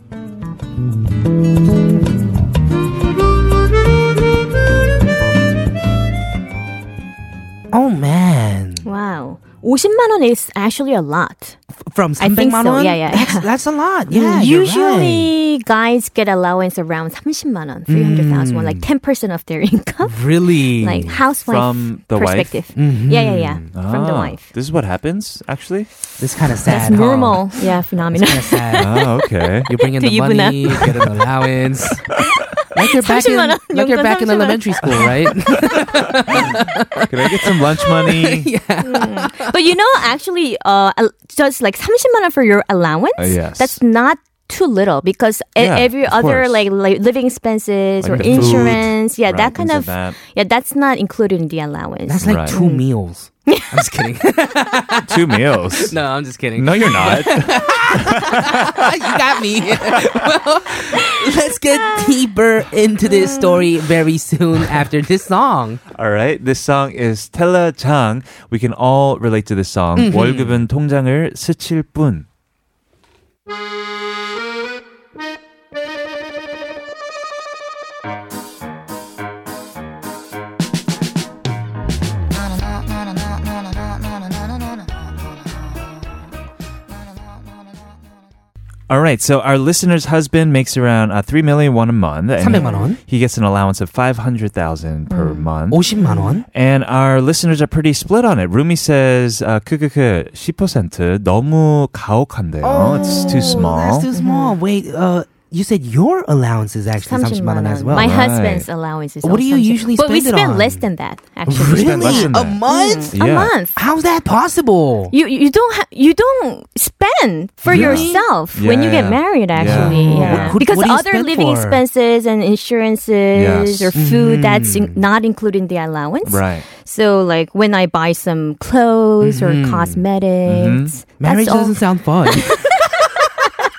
Oh man.
Wow. 50만 원 is actually a lot.
From
I think
300만
so.
won?
Yeah, yeah,
That's,
yeah.
that's a lot. Yeah,
Mm,
you're
Usually guys get allowance around 30만 원, 300,000 won, like 10% of their *laughs* income.
right. Really?
Like housewife
From the wife? Ah.
perspective. Yeah, yeah, yeah. From the wife.
This is what happens, actually.
this kind of
That's
sad. huh?
normal. Yeah,
It's
phenomenon. *laughs*
kind of sad.
Oh, okay.
You bring in
To
the
even
money, you get an
*laughs*
allowance. Like you're back in,
30만 원,
like you're
용돈
back in
30만 원.
elementary school, right?
*laughs*
Can I get some lunch money?
But you know, actually, uh, al- just like 30만 원 for your allowance,
Uh, yes.
that's not too little because e-
Yeah,
every
of
other
course.
like, like living expenses
Like
or
the food,
insurance, yeah,
right,
that kind
things
of
like that.
yeah, that's not included in the allowance.
That's like
Right.
two meals. I'm just
*laughs*
kidding. *laughs*
Two meals.
no, I'm just kidding.
No, you're not.
*laughs* you got
*laughs*
me. well, let's get deeper into this story very soon after this song.
All right. This song is Tella Chang. We can all relate to this song.
Mm-hmm.
월급은 통장을 스칠 뿐. All right, so our listener's husband makes around uh, three million won a month. and
300만 원. Mm.
He gets an allowance of five hundred thousand per month.
50만 원.
And our listeners are pretty split on it. Rumi says, uh, 크크크, 10% 너무 가혹한데요. Oh, it's too small.
Oh, That's too small. Wait, uh, you said your allowance is actually 30만 원 as well.
My *laughs*
Right.
husband's allowance is
What do you
also 30.
usually
But we
spend it
spend
on?
less than that actually.
less
really?
than
A
that.
month?
A
Yeah.
month.
How's that possible?
Mm. You you don't ha- you don't spend for
Yeah.
yourself when you
Yeah.
get married
Yeah.
actually
Oh.
yeah.
Who- who-
because
what do you
other
spend for?
living
Mm-hmm.
expenses and insurances
Yes.
or food that's in- not included in the allowance
Right.
so like when I buy some clothes or
Mm-hmm.
cosmetics
Marriage
that's all
doesn't sound
*laughs*
fun.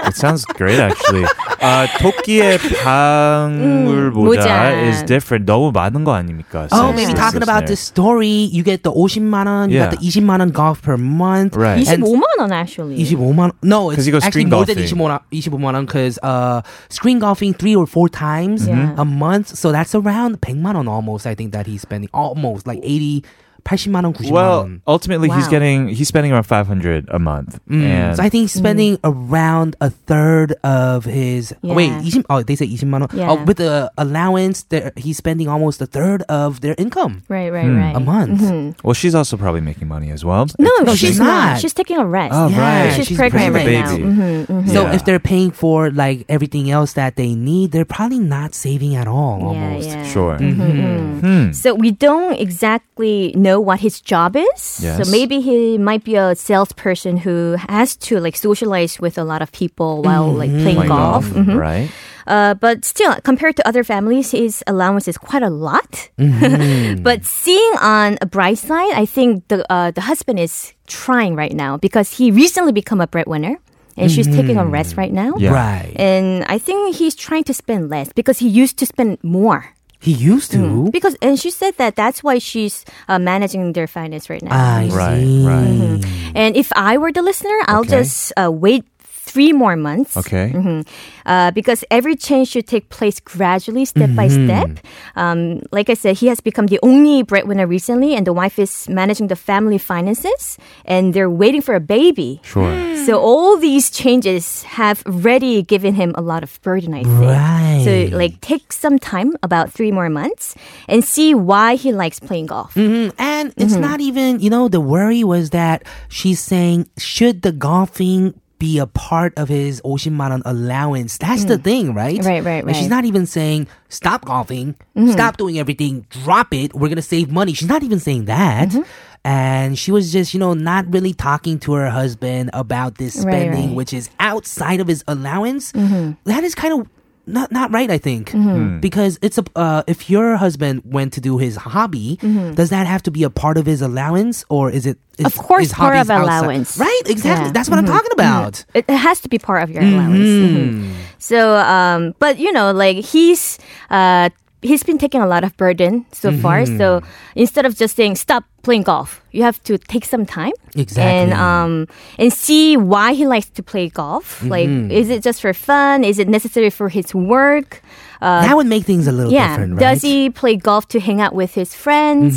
It sounds great,
*laughs*
actually. Uh, 토끼의 방울 모자
모자.
is different. 너무 많은 거 아닙니까?
oh,
says
maybe
this
talking about the
listener.
story, you get the 50만 원, you
Yeah.
got the 20만 원 golf per month.
Right.
And
25만 원 actually
25만 원. No, it's
'Cause you go
actually
screen
more than
golfing.
25만 원, 25만 원 cuz uh screen golfing 3 or 4 times
Yeah.
a month. So that's around 100만 원 almost I think that he's spending almost like 80 80만 원, 90만
Well,
원.
ultimately, he's
Wow.
getting he's spending around five hundred a month, and
Mm. So I think he's spending
Mm.
around a third of his oh, wait, 20,
Yeah.
oh they say 20만 원.
Yeah.
Oh, with the allowance there he's spending almost a third of their income
right right right
a
Mm-hmm.
month.
well, she's also probably making money as well.
no,
No,
she's,
she's
not.
not.
she's taking a rest
Oh,
Yeah,
right.
she's
she's, pregnant right
breastfeeding
now
the baby.
Mhm, mhm.
So
Yeah.
if they're paying for like everything else that they need, they're probably not saving at all almost.
yeah, yeah.
Sure.
Mm-hmm.
Hmm.
So we don't exactly know what his job is.
Yes.
So maybe he might be a salesperson who has to like socialize with a lot of people while like playing
Playing golf,
golf.
Mm-hmm.
right?
Uh, but still, compared to other families, his allowance is quite a lot.
Mm-hmm.
*laughs* but seeing on a bright side, I think the uh, the husband is trying right now because he recently become a breadwinner and she's taking a
Mm-hmm.
rest right now.
Yeah.
Right.
And I think he's trying to spend less because he used to spend more.
He used to.
Because and she said that that's why she's uh, managing their finance right now.
I
Right,
see.
right.
and if I were the listener, I'll
Okay.
just uh, wait three more months.
Okay.
Mm-hmm.
Mhm. Uh, because every change should take place gradually, step by
Mm-hmm.
step. Um, like I said, he has become the only breadwinner recently, and the wife is managing the family finances, and they're waiting for a baby.
Sure.
So all these changes have already given him a lot of burden, I think.
Right.
So like take some time, about three more months, and see why he likes playing golf.
Mm, And
Mm-hmm.
it's not even, you know, the worry was that she's saying, should the golfing be a part of his Oshimaran allowance? That's the thing, right?
Mm. Right, right,
And she's not
right.
even saying, stop golfing,
Mm-hmm.
stop doing everything, drop it, we're going to save money. She's not even saying that.
Mm-hmm.
And she was just, you know, not really talking to her husband about this
Right,
spending,
right. Mm-hmm.
which is outside of his allowance. That is kind of not not right, I think, because it's a uh, if your husband went to do his hobby, does that have to be a part of his allowance, or is it? Is,
Mm-hmm. Of course,
is
part of
hobbies outside-
allowance.
right? Exactly.
Yeah. Mm-hmm.
That's what I'm talking about.
It it has to be part of your allowance.
Mm-hmm.
Mhm. *laughs* So, um, but you know, like he's uh, he's been taking a lot of burden so
Mm-hmm.
far. So instead of just saying stop playing golf, you have to take some time
Exactly.
and um, and see why he likes to play golf. Like,
Mm-hmm.
is it just for fun? Is it necessary for his work? Uh,
that would make things a little
yeah.
different, right? Mm-hmm.
Does he play golf to hang out with his friends?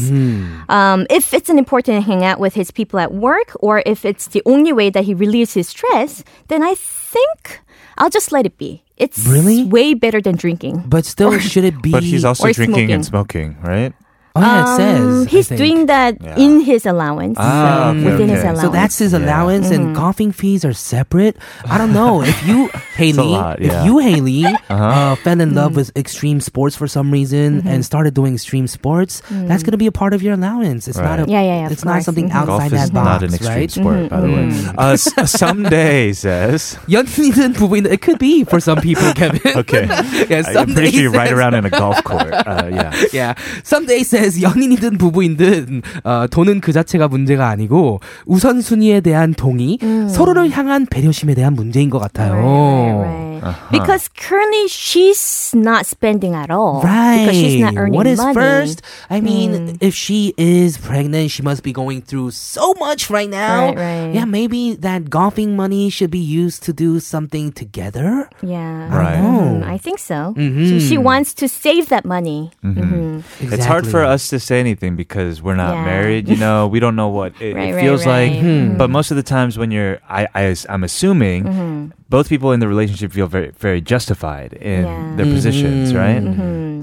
Um, if it's an important hangout with his people at work, or if it's the only way that he relieves his stress, then I think I'll just let it be. It's
Really?
way better than
*laughs*
drinking.
But still, should it be?
But he's also
Or
drinking and smoking, right?
Oh, yeah, it
Um,
says. I
he's
think.
doing that
Yeah.
in his
Ah,
allowance. so
okay,
within his
okay.
So
allowance. Mm.
that's his allowance, and golfing fees are separate. I don't know if
*laughs*
you, Haley,
lot, yeah. Uh-huh.
if you, Haley,
*laughs*
uh fell in
Mm.
love with extreme sports for some reason
Mm-hmm.
and started doing extreme sports. That's gonna be a part of your allowance. It's not a,
Right.
Mm. Yeah, yeah, yeah, of
It's not
course.
something
Mhm.
Golf
outside
is
that
not
box,
an extreme
right? *laughs* Mm-hmm.
sport, by the way. Uh, s- someday says. Uh,
연인은 부부인 it could be for some
*laughs*
people, Kevin.
Okay.
*laughs* yeah,
I'm pretty
someday
sure you ride
says-
around in a golf court.
*laughs*
Uh, yeah.
Yeah. Someday says 연인이든 부부인든 어, 돈은 그 자체가 문제가 아니고 우선순위에 대한 동의, 서로를 향한 배려심에 대한 문제인 것 같아요.
음. Right,
Oh.
right, right.
Uh-huh.
Because currently she's not spending at all.
Right.
Because she's not earning
what is
money. Hmm.
first? I mean, if she is pregnant, she must be going through so much right now.
Right, right.
Yeah, maybe that golfing money should be used to do something together.
Yeah.
Right.
Mm, I think so.
Mm-hmm.
So she wants to save that money.
Mm.
Mhm.
It's hard for
Exactly.
us to say anything because we're not
Yeah.
married. You know, we don't know what it,
Right,
it
right,
feels
right.
like. But most of the times, when you're, I, I am assuming, both people in the relationship feel very, very justified in
Yeah.
their
Mm-hmm.
positions, right?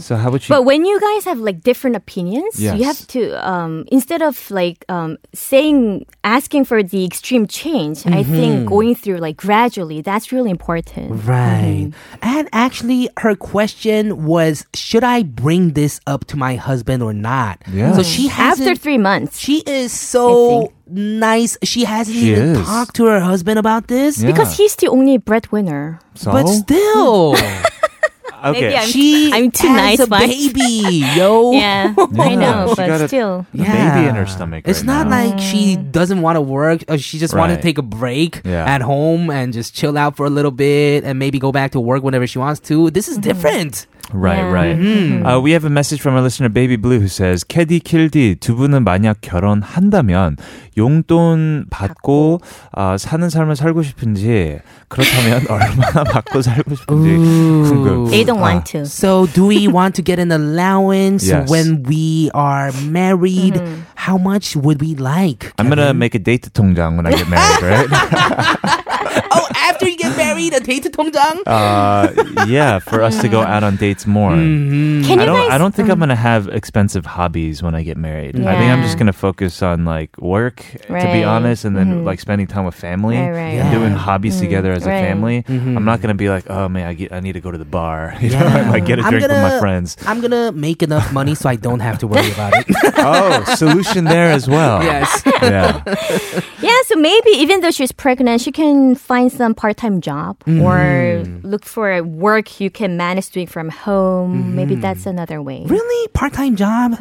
So how would you?
But when you guys have like different opinions, you
Yes.
have to um, instead of like um, saying asking for the extreme change. I
Mm-hmm.
think going through like gradually that's really important.
Right. Mm-hmm. And actually, her question was, should I bring this up to my husband or not?
Yeah.
So she hasn't.
After three months,
she is so nice. She hasn't
She
even
is.
talked to her husband about this.
Yeah.
because he's the only breadwinner.
so? *laughs*
But still,
okay.
Maybe I'm-
she
I'm too
has
nice,
a
but- *laughs*
baby, yo.
Yeah, I know,
She
but
got a-
still.
a baby in her stomach.
It's
right
not
now.
like she
Mm.
doesn't want to work. uh, She just want to
Right.
take a break
Yeah.
at home and just chill out for a little bit and maybe go back to work whenever she wants to. This
Mm-hmm.
is different.
Right,
Yeah. Mm-hmm.
right. Uh, we have a message from our listener Baby Blue who says, "캐디 킬디 두 분은 만약 결혼한다면 용돈 받고 아, 사는 삶을 살고 싶은지
*laughs*
그렇다면 얼마나 받고 살고 싶은지 아, 궁금.
They don't
Ah.
want to.
So, do
*laughs*
we want to get an allowance
Yes.
when we are married?
Mm-hmm.
How much would
*laughs*
we like?
I'm gonna make a date 통장 when I get married,
*laughs*
right?
oh, after you get married, a date to 통장?
uh, yeah, for us to go out on dates more.
Mm. Mm-hmm.
Can
Hmm. I
you
don't.
guys? Mm.
I don't think I'm gonna have expensive hobbies when I get married. I think I'm just
Yeah.
gonna focus on like work, to be
Right. Mm-hmm.
honest, and then like spending time with family
Right, right, Mm.
and
right.
doing hobbies together as a
Right.
family.
Mm-hmm.
I'm not gonna be like, oh man, I, get, I need to go to the bar. *laughs* You know, I might get a
I'm
drink with my
gonna- *laughs*
friends.
I'm gonna make enough money so I don't have to worry about
*laughs*
it.
oh, solution there as well.
*laughs* yes.
Yeah.
Yeah, so maybe even though she's pregnant, she can find some part-time job
Mm-hmm.
or look for a work you can manage doing from home. Maybe that's another way.
Mm-hmm. Really? Part time job?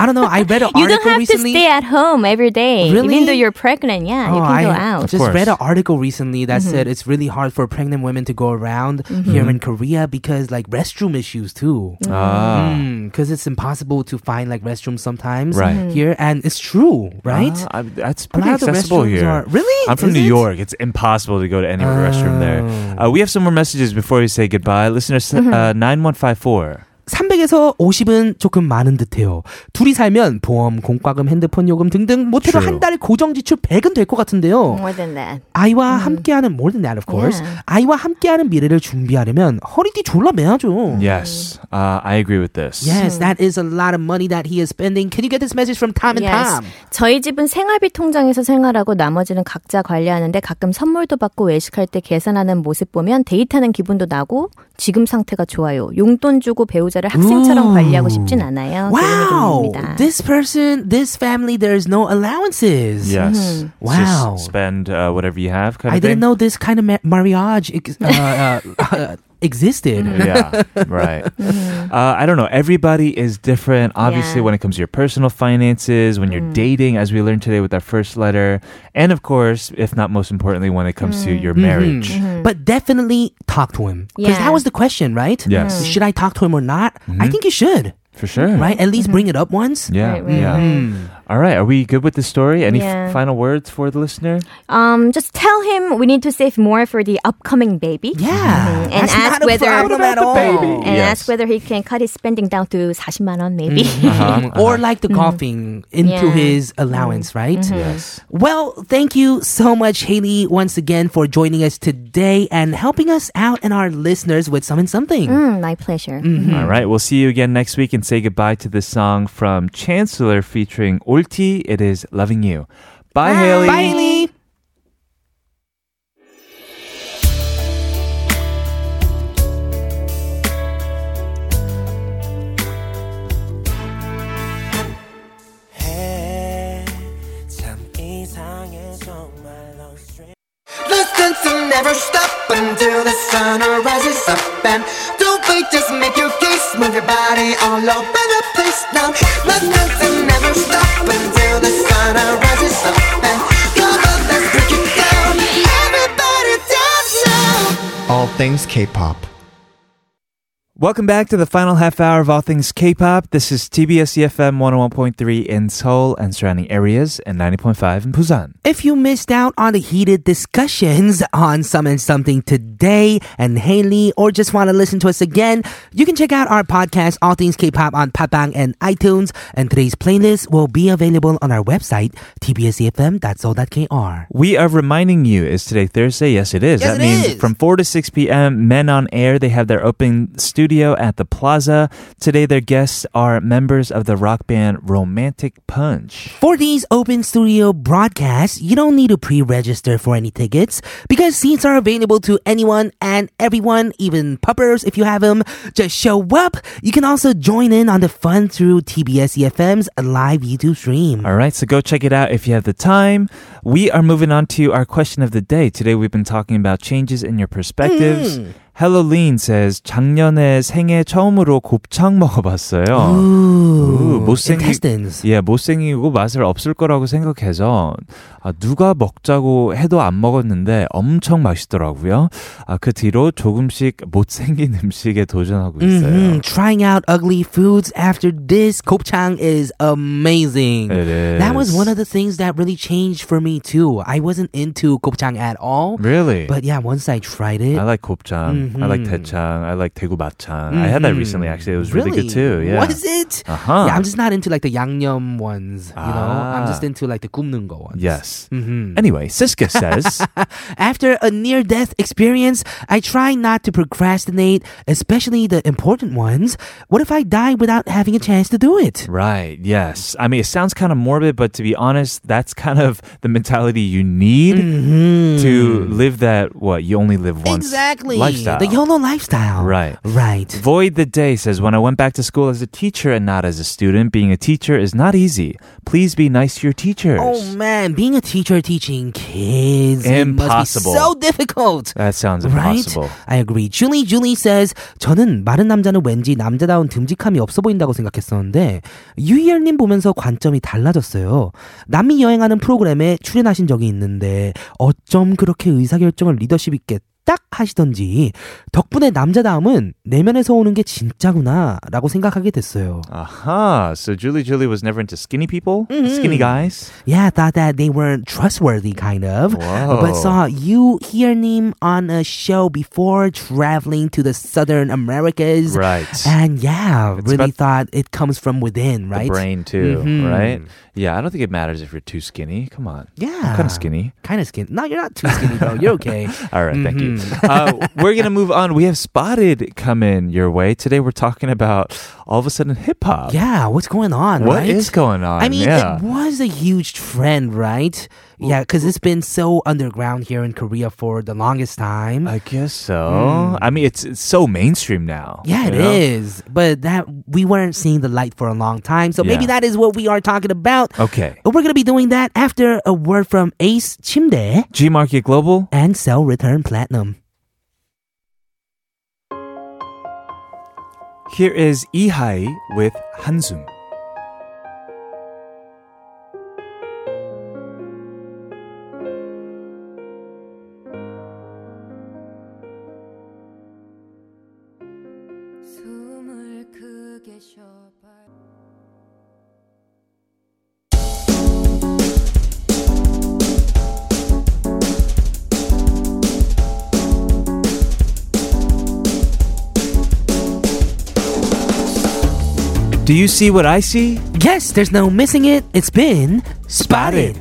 I don't know. I read an
Mm. *laughs* You
article
don't have
recently.
to stay at home every day.
Really?
Even though you're pregnant, yeah, you
Oh,
can go
I
out. Mm-hmm.
Of
just
course.
read an article recently that said it's really hard for pregnant women to go around here in Korea because like restroom issues too.
*laughs* Ah.
Because 음, it's impossible to find like restrooms sometimes
Right.
Hmm.
Mhm.
here, and it's true, right?
Ah, I- that's
A
pretty
lot of the
accessible
restrooms
here.
are- really?
I'm from
Is
New
it?
York. It's impossible to go to any restroom there.
Oh.
Uh, we have some more messages before we say goodbye. Listener s-
Mm-hmm.
uh, 9154.
300에서 50은 조금 많은 듯해요. 둘이 살면 보험, 공과금, 핸드폰 요금 등등 못해도
True.
한 달 고정 지출 100은 될 것 같은데요.
More than that.
아이와 함께하는 more than that of course.
음. Yeah.
아이와 함께하는 미래를 준비하려면 허리띠 졸라 매야죠.
Yes, uh, I agree with this.
Yes, that is a lot of money that he is spending. Can you get this message from Tom and Tom?
저희 집은 생활비 통장에서 생활하고 나머지는 각자 관리하는데 가끔 선물도 받고 외식할 때 계산하는 모습 보면 데이트하는 기분도 나고 지금 상태가 좋아요. 용돈 주고 배우자를 학생처럼
Ooh.
관리하고 싶진 않아요. 네,
Wow,
다
this person, this family, there's no allowances.
Yes. It's just
Wow.
spend uh, whatever you have. Kind
I
of thing.
didn't know this kind of ma- marriage ex- uh,
*laughs*
uh, uh, existed.
yeah, right. Uh, I don't know. Everybody is different, obviously,
Yeah.
when it comes to your personal finances, when you're dating, as we learned today with our first letter, and of course, if not most importantly, when it comes to
Mm-hmm.
your marriage.
But definitely talk to him because
Mm-hmm. Yeah.
that was the question, right?
Yes. Mm.
Should I talk to him or not? I think you should,
For sure.
Mm-hmm.
right? At least bring it up once.
Yeah.
Right, right,
yeah.
right.
All All right. Are we good with the story? Any f-
Yeah.
final words for the listener?
Um, just tell him we need to save more for the upcoming baby.
Mm-hmm.
Yeah.
Mm-hmm. And
That's not
ask
a
whether
problem at all.
and
Yes.
ask whether he can cut his spending down to 40만 원 maybe.
Uh-huh.
Mm, Or like the coughing into
Mm-hmm. Yeah. Mm-hmm.
his allowance, right?
Yes.
Well, thank you so much, Haley, once again for joining us today and helping us out and our listeners with some and something.
*laughs* Mm, my pleasure.
All right. We'll see you again next week and say goodbye to this song from Chancellor featuring Ulti. It is Loving You. Bye, Haley.
Bye, Haley.
Listen to never stop until the sun rises up and don't wait, just make your case, move your body all over the place now. Listen to never stop until the sun rises up and come on, let's break it down. Everybody dance now. All things K-pop.
Welcome back to the final half hour of All Things K-Pop. This is TBS EFM 101.3 in Seoul and surrounding areas and 90.5 in Busan.
If you missed out on the heated discussions on Some and Something today and Haley, or just want to listen to us again, you can check out our podcast, All Things K-Pop, on Papang and iTunes. And today's playlist will be available on our website, tbsfm.so.kr.
We are reminding you, is today Thursday? Yes, it is.
Yes,
that
it
means
is.
from 4 to 6 p.m., Men on Air, they have their open studio at the plaza. Today, their guests are members of the rock band Romantic Punch.
For these open studio broadcasts, you don't need to pre-register for any tickets because seats are available to anyone and everyone, even puppers if you have them. Just show up. You can also join in on the fun through TBS EFM's E live YouTube stream.
Mm-hmm. All right, so go check it out if you have the time. We are moving on to our question of the day. Today, we've been talking about changes in your perspectives.
Mm.
Hello Lean says 작년에 생애 처음으로 곱창 먹어봤어요.
Ooh,
오, 못생기,
intestines.
예, 못생기고 맛을 없을 거라고 생각해서 아, 누가 먹자고 해도 안 먹었는데 엄청 맛있더라고요. 아, 그 뒤로 조금씩 못생긴 *laughs* 음식에 도전하고 있어요.
Mhm. Trying out ugly foods after this 곱창 is amazing.
It is.
That was one of the things that really changed for me too. I wasn't into 곱창 at all,
Really?
but yeah, once I tried it,
I like 곱창. I like
Mhm.
대창. I like 대구 막창. I had that recently actually. It was really, good too. Yeah.
Was it?
Uh-huh.
Mm-hmm. Yeah, I'm just not into like the yangnyeom ones. You know,
Ah.
I'm just into like the gumnungo ones.
Yes.
Mhm.
Anyway,
*laughs*
Siska says,
After a near death experience, I try not to procrastinate, especially the important ones. What if I die without having a chance to do it?
right, yes. I mean, it sounds kind of morbid, but to be honest, that's kind of the mentality you need to live that, what, you only live once
Mm-hmm. exactly.
lifestyle.
The YOLO lifestyle.
Right.
Right.
Void the Day says, When I went back to school as a teacher and not as a student, being a teacher is not easy. Please be nice to your teachers.
Oh man, being a teacher teaching kids
Impossible.
It must be so difficult.
That sounds
Right?
impossible.
I agree. Julie Julie says 저는 마른 남자는 왠지 남자다운 듬직함이 없어 보인다고 생각했었는데 유희열님 보면서 관점이 달라졌어요. 남미 여행하는 프로그램에 출연하신 적이 있는데 어쩜 그렇게 의사결정을 리더십 있게 딱 하시던지 덕분에 남자다움은 내면에서 오는 게 진짜구나라고 생각하게 됐어요.
Aha. So Julie Julie was never into skinny people,
Mm-hmm.
skinny guys.
Yeah, thought that they weren't trustworthy, kind of.
Whoa.
But saw you hear him on a show before traveling to the Southern Americas.
Right.
And yeah,
It's
really
about-
thought it comes from within, right?
The brain too,
Mhm.
right? Yeah, I don't think it matters if you're too skinny. Come on.
Yeah.
Kind of skinny.
Kind of skinny. No, you're not too skinny, though.
*laughs*
You're okay.
All right, thank you.
Mm-hmm.
Uh, we're going to move on. We have Spotted coming your way. Today we're talking about all of a sudden hip hop.
yeah, what's going on,
What
right?
is going on?
I mean,
yeah.
it was a huge trend, right? Yeah, because it's been so underground here in Korea for the longest time.
I guess so. I mean, it's, it's so mainstream now.
Mm. Yeah, it
you
is.
know?
But that we weren't seeing the light for a long time. So maybe
Yeah.
that is what we are talking about.
Okay.
We're going to be doing that after a word from Ace Chimde
G Market Global.
and Cell Return Platinum.
Here is Ihai with Hansum. Do you see what I see?
Yes, there's no missing it. It's been spotted.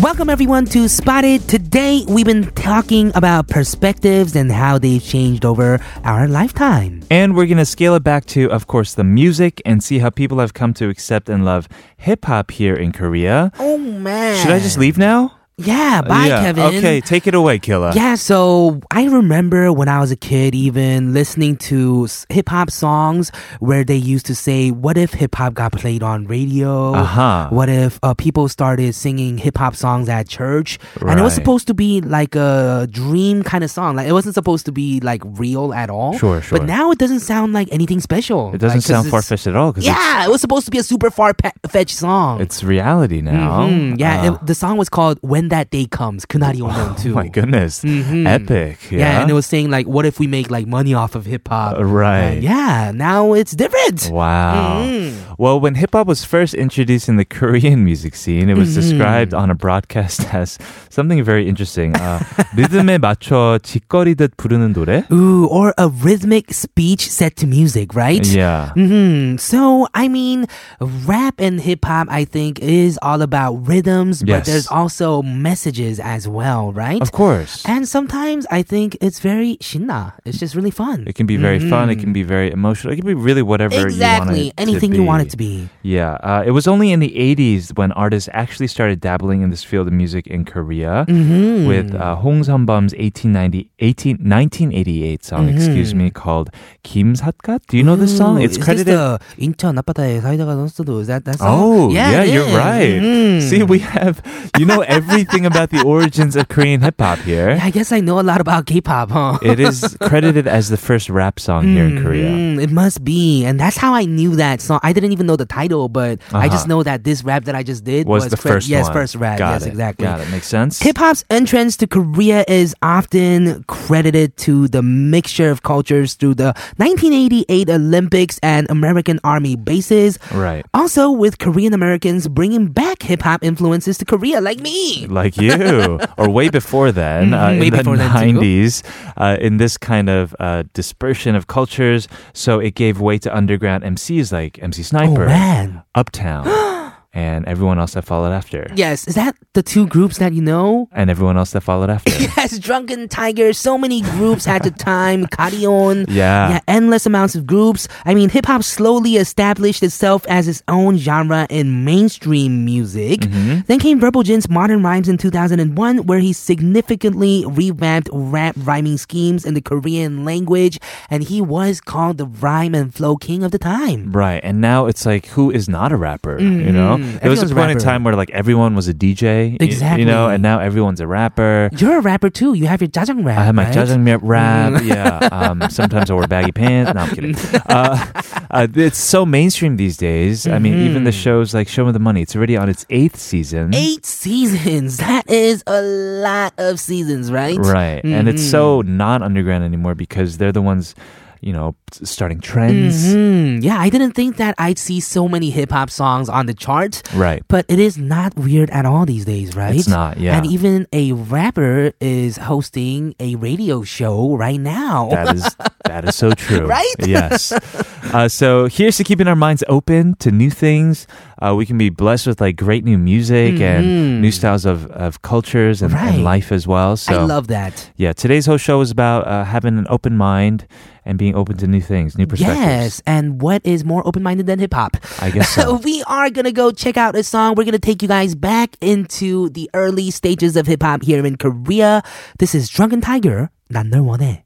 Welcome everyone to Spotted. Today we've been talking about perspectives and how they've changed over our lifetime.
And we're going to scale it back to, of course, the music and see how people have come to accept and love hip hop here in Korea.
Oh man.
Should I just leave now?
Yeah, bye
Uh, Yeah,
Kevin.
Okay, take it away, Killa.
Yeah, so I remember when I was a kid, even listening to hip hop songs where they used to say, What if hip hop got played on radio?
Uh-huh.
What if uh, people started singing hip hop songs at church? And it was
Right.
supposed to be like a dream kind of song. Like It wasn't supposed to be like real at all.
Sure, sure.
But now it doesn't sound like anything special.
It doesn't
Like, 'cause
sound far
it's-
fetched at all because
Yeah, it was supposed to be a super far pe- fetched song.
it's, it's reality now.
Mhm, yeah,
Uh,
it- the song was called "When That Day Comes." Kunari Onan too.
oh *laughs* my goodness. Epic. Yeah.
Mm-hmm. Yeah. and it was saying like, what if we make like money off of hip hop?
Uh, right.
And yeah, now it's different.
Wow.
Mm-hmm.
Well, when hip hop was first introduced in the Korean music scene, it was
Mm-hmm.
described on a broadcast *laughs* as something very interesting. Uh, 리듬에 맞춰 짓거리듯 부르는 노래?
Ooh, or a rhythmic speech set to music, right?
Yeah.
Hmm. So, I mean, rap and hip hop, I think, is all about rhythms, but
Yes.
there's also messages as well, right?
Of course.
And sometimes I think it's very shinna. It's just really fun.
It can be very fun. It can be very emotional. It can be really whatever
Mm-hmm.
you
exactly.
want it
Anything
to
you
be.
want it to be.
Yeah, uh, it was only in the 80s when artists actually started dabbling in this field of music in Korea
Mm-hmm.
with uh, Hong Sunbum's 1890, 18, 1988 song, excuse me, called Kim Satgat. Do you know this song?
Mm-hmm. Ooh,
It's
Mm. is this
credited.
the 인천 아파트에 사이다가 넣었어도? Is that that song?
Oh, yeah,
it
you're
is.
right.
Mhm.
See, we have, you know, everything about the origins of Korean hip hop here.
*laughs* I guess I know a lot about K-pop, huh?
It is credited as the first rap song here in Korea.
Mm, it must be, and that's how I knew that song. I didn't even know the title, but I just
Uh-huh.
know that this rap that I just did
Was, the
cra-
first
yes,
one.
first rap,
Got
yes,
it.
exactly.
Got it. Makes sense.
Hip hop's entrance to Korea is often credited to the mixture of cultures through the 1988 Olympics and American Army bases.
Right.
Also, with Korean Americans bringing back hip hop influences to Korea, like me.
like you,
*laughs*
or way before then, uh,
Mhm,
in
way
the
before then, too.
90s, uh, in this kind of uh, dispersion of cultures. So it gave way to underground MCs like MC Sniper,
Oh man. *gasps*
Uptown, and everyone else that followed after.
Yes, is that the two groups that you know? *laughs*
And everyone else that followed
*coughs*
after.
Yes, Drunken Tiger, so many groups at the time, Carrion.
Yeah.
Yeah, endless amounts of groups. I mean, hip hop slowly established itself as its own genre in mainstream music.
Mm-hmm.
Then came Verbal Jin's Modern Rhymes in 2001, where he significantly revamped rap rhyming schemes in the Korean language, and he was called the rhyme and flow king of the time.
Right, and now it's like who is not a rapper? You know, there was a
Mm-hmm. Everyone's a
point in
rapper.
time where like everyone was a DJ, y-
Exactly.
You know, and now everyone's a rapper.
You're a rapper too. You have your jajang rap.
I have my
right? Mm.
jajangmyeon rap. Yeah.
*laughs*
Um, sometimes I wear baggy pants. No, I'm kidding. Uh, uh, it's so mainstream these days. I mean, even the shows like Show Me the Money, it's already on its eighth season.
Mm-hmm. Eight seasons. *laughs* That is a lot of seasons, right?
Right. And it's so
Mm-hmm.
not underground anymore because they're the ones, you know, s- starting trends.
Mm, yeah, I didn't think that I'd see so many hip hop songs on the charts.
Right.
But it is not weird at all these days, Mm-hmm. right?
It's not, yeah.
And even a rapper is hosting a radio show right now.
That is that is so true.
*laughs* Right?
Yes. Uh, so here's to keeping our minds open to new things. Uh, we can be blessed with like great new music and new styles of, of cultures and, and
Mm-hmm. Right.
life as well. So
I love that.
Yeah, today's whole show is about uh, having an open mind and being open to new things, new
Yes,
perspectives.
and what is more open minded than hip hop?
I guess
*laughs*
so.
we are gonna go check out a song. We're gonna take you guys back into the early stages of hip hop here in Korea. This is Drunken Tiger, 난널 원해.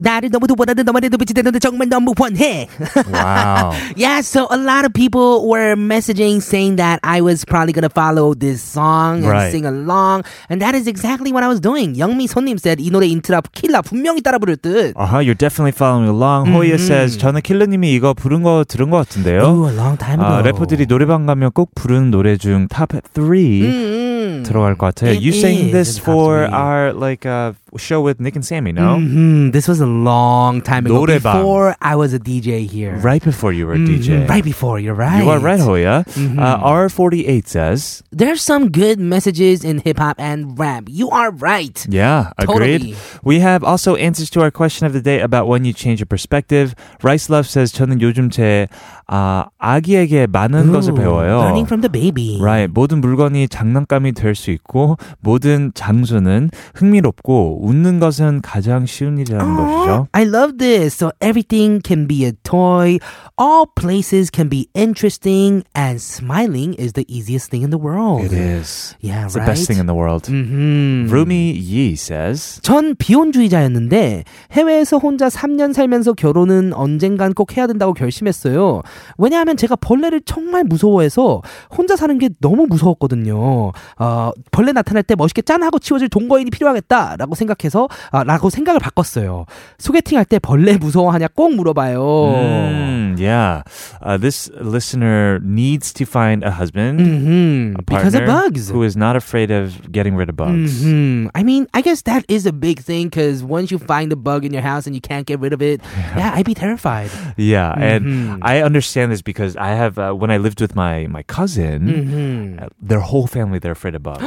나를 너무도 원하는 너만의 눈빛이 되는데 정말 너무 원해.
Wow.
Yeah, so a lot of people were messaging saying that I was probably gonna follow this song and
Right.
sing along, and that is exactly what I was doing. 영미 손님 said 이 노래 인트라 킬라 분명히 따라 부를 듯.
uh huh. You're definitely following along. Hoya
Mm-hmm.
says, 저는 킬러님이 이거 부른 거 들은 거 같은데요.
Ooh, a long time ago.
아, 래퍼들이 노래방 가면 꼭 부르는 노래 중 탑 3
음, 음.
들어갈 것 같아요.
It
You sang
is
this
in top
for
three.
our like uh, show with Nick and Sammy, no?
Mhm. This was a long time ago.
노래방.
Before I was a DJ here.
Right before you were a DJ.
Mhm. Right before, you're right.
You
Mm-hmm.
are right, Hoya. Uh, R48 says,
There's some good messages in hip hop and rap. You are right.
yeah, agreed.
Totally.
We have also answers to our question of the day about when you change your perspective. Rice Love says, 저는 요즘 제 아, 아기에게 많은 것을
Ooh,
배워요.
Learning from the baby.
Right. 모든 물건이 장난감이 될 수 있고 모든 장소는 흥미롭고 웃는 것은 가장 쉬운 일이라는 것이죠.
I love this. So everything can be a toy. All places can be interesting, and smiling is the easiest thing in the world.
It is.
Yeah,
It's the
right. Mm-hmm.
best thing in the world. Rumi Yi says,
전 비혼주의자였는데 해외에서 혼자 3년 살면서 결혼은 언젠간 꼭 해야 된다고 결심했어요. 왜냐하면 제가 벌레를 정말 무서워해서 혼자 사는 게 너무 무서웠거든요. 어, 벌레 나타날 때 멋있게 짠 하고 치워줄 동거인이 필요하겠다라고 생각해서 아, 라고 생각을 바꿨어요. 소개팅할 때 벌레 무서워하냐 꼭 물어봐요.
Mm, yeah, uh, this listener needs to find a husband.
음,
a
because of
partner
bugs.
아, Who is not afraid of getting rid of bugs.
Hmm. I mean, I guess that is a big thing because once you find a bug in your house and you can't get rid of it, yeah, I'd be terrified.
Yeah,
Mhm.
and I understand this because I have, uh, when I lived with my, my cousin,
Mm-hmm.
uh, their whole family, they're afraid of
*gasps*
bugs.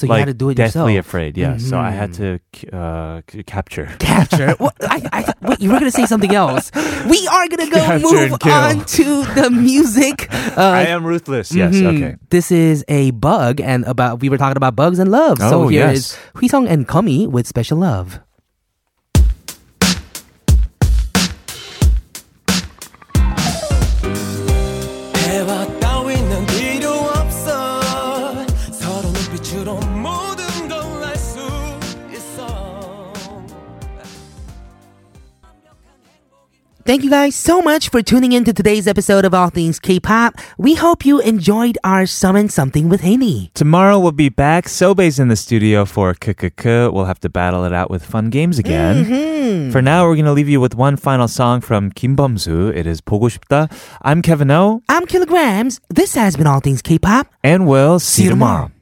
So you
like
had to do it
deathly
yourself. Mm-hmm.
afraid, yeah. So I had to c- uh, c- capture.
*laughs* Capture. what? I, I thought, wait, you were gonna say something else. We are gonna go
Capture and
move
kill.
on to the music.
*laughs* I
Uh,
am ruthless. Yes.
mhm.
Okay.
This is a bug, and about we were talking about bugs and love. so
Oh,
here
yes.
is Huisong and Kumi with special love.
대화 따위는 필요 없어 서로 눈빛으로 모든 걸 알 수 있어
Thank you guys so much for tuning in to today's episode of All Things K-pop. We hope you enjoyed our Summon Something with Haney.
Tomorrow we'll be back. Sobe's in the studio for KKK. We'll have to battle it out with fun games again.
Mm-hmm.
For now, we're going to leave you with one final song from Kim Bumsu. It is 보고 싶다. I'm Kevin O,
I'm Kilograms. This has been All Things K-pop.
and we'll see,
See you
you tomorrow.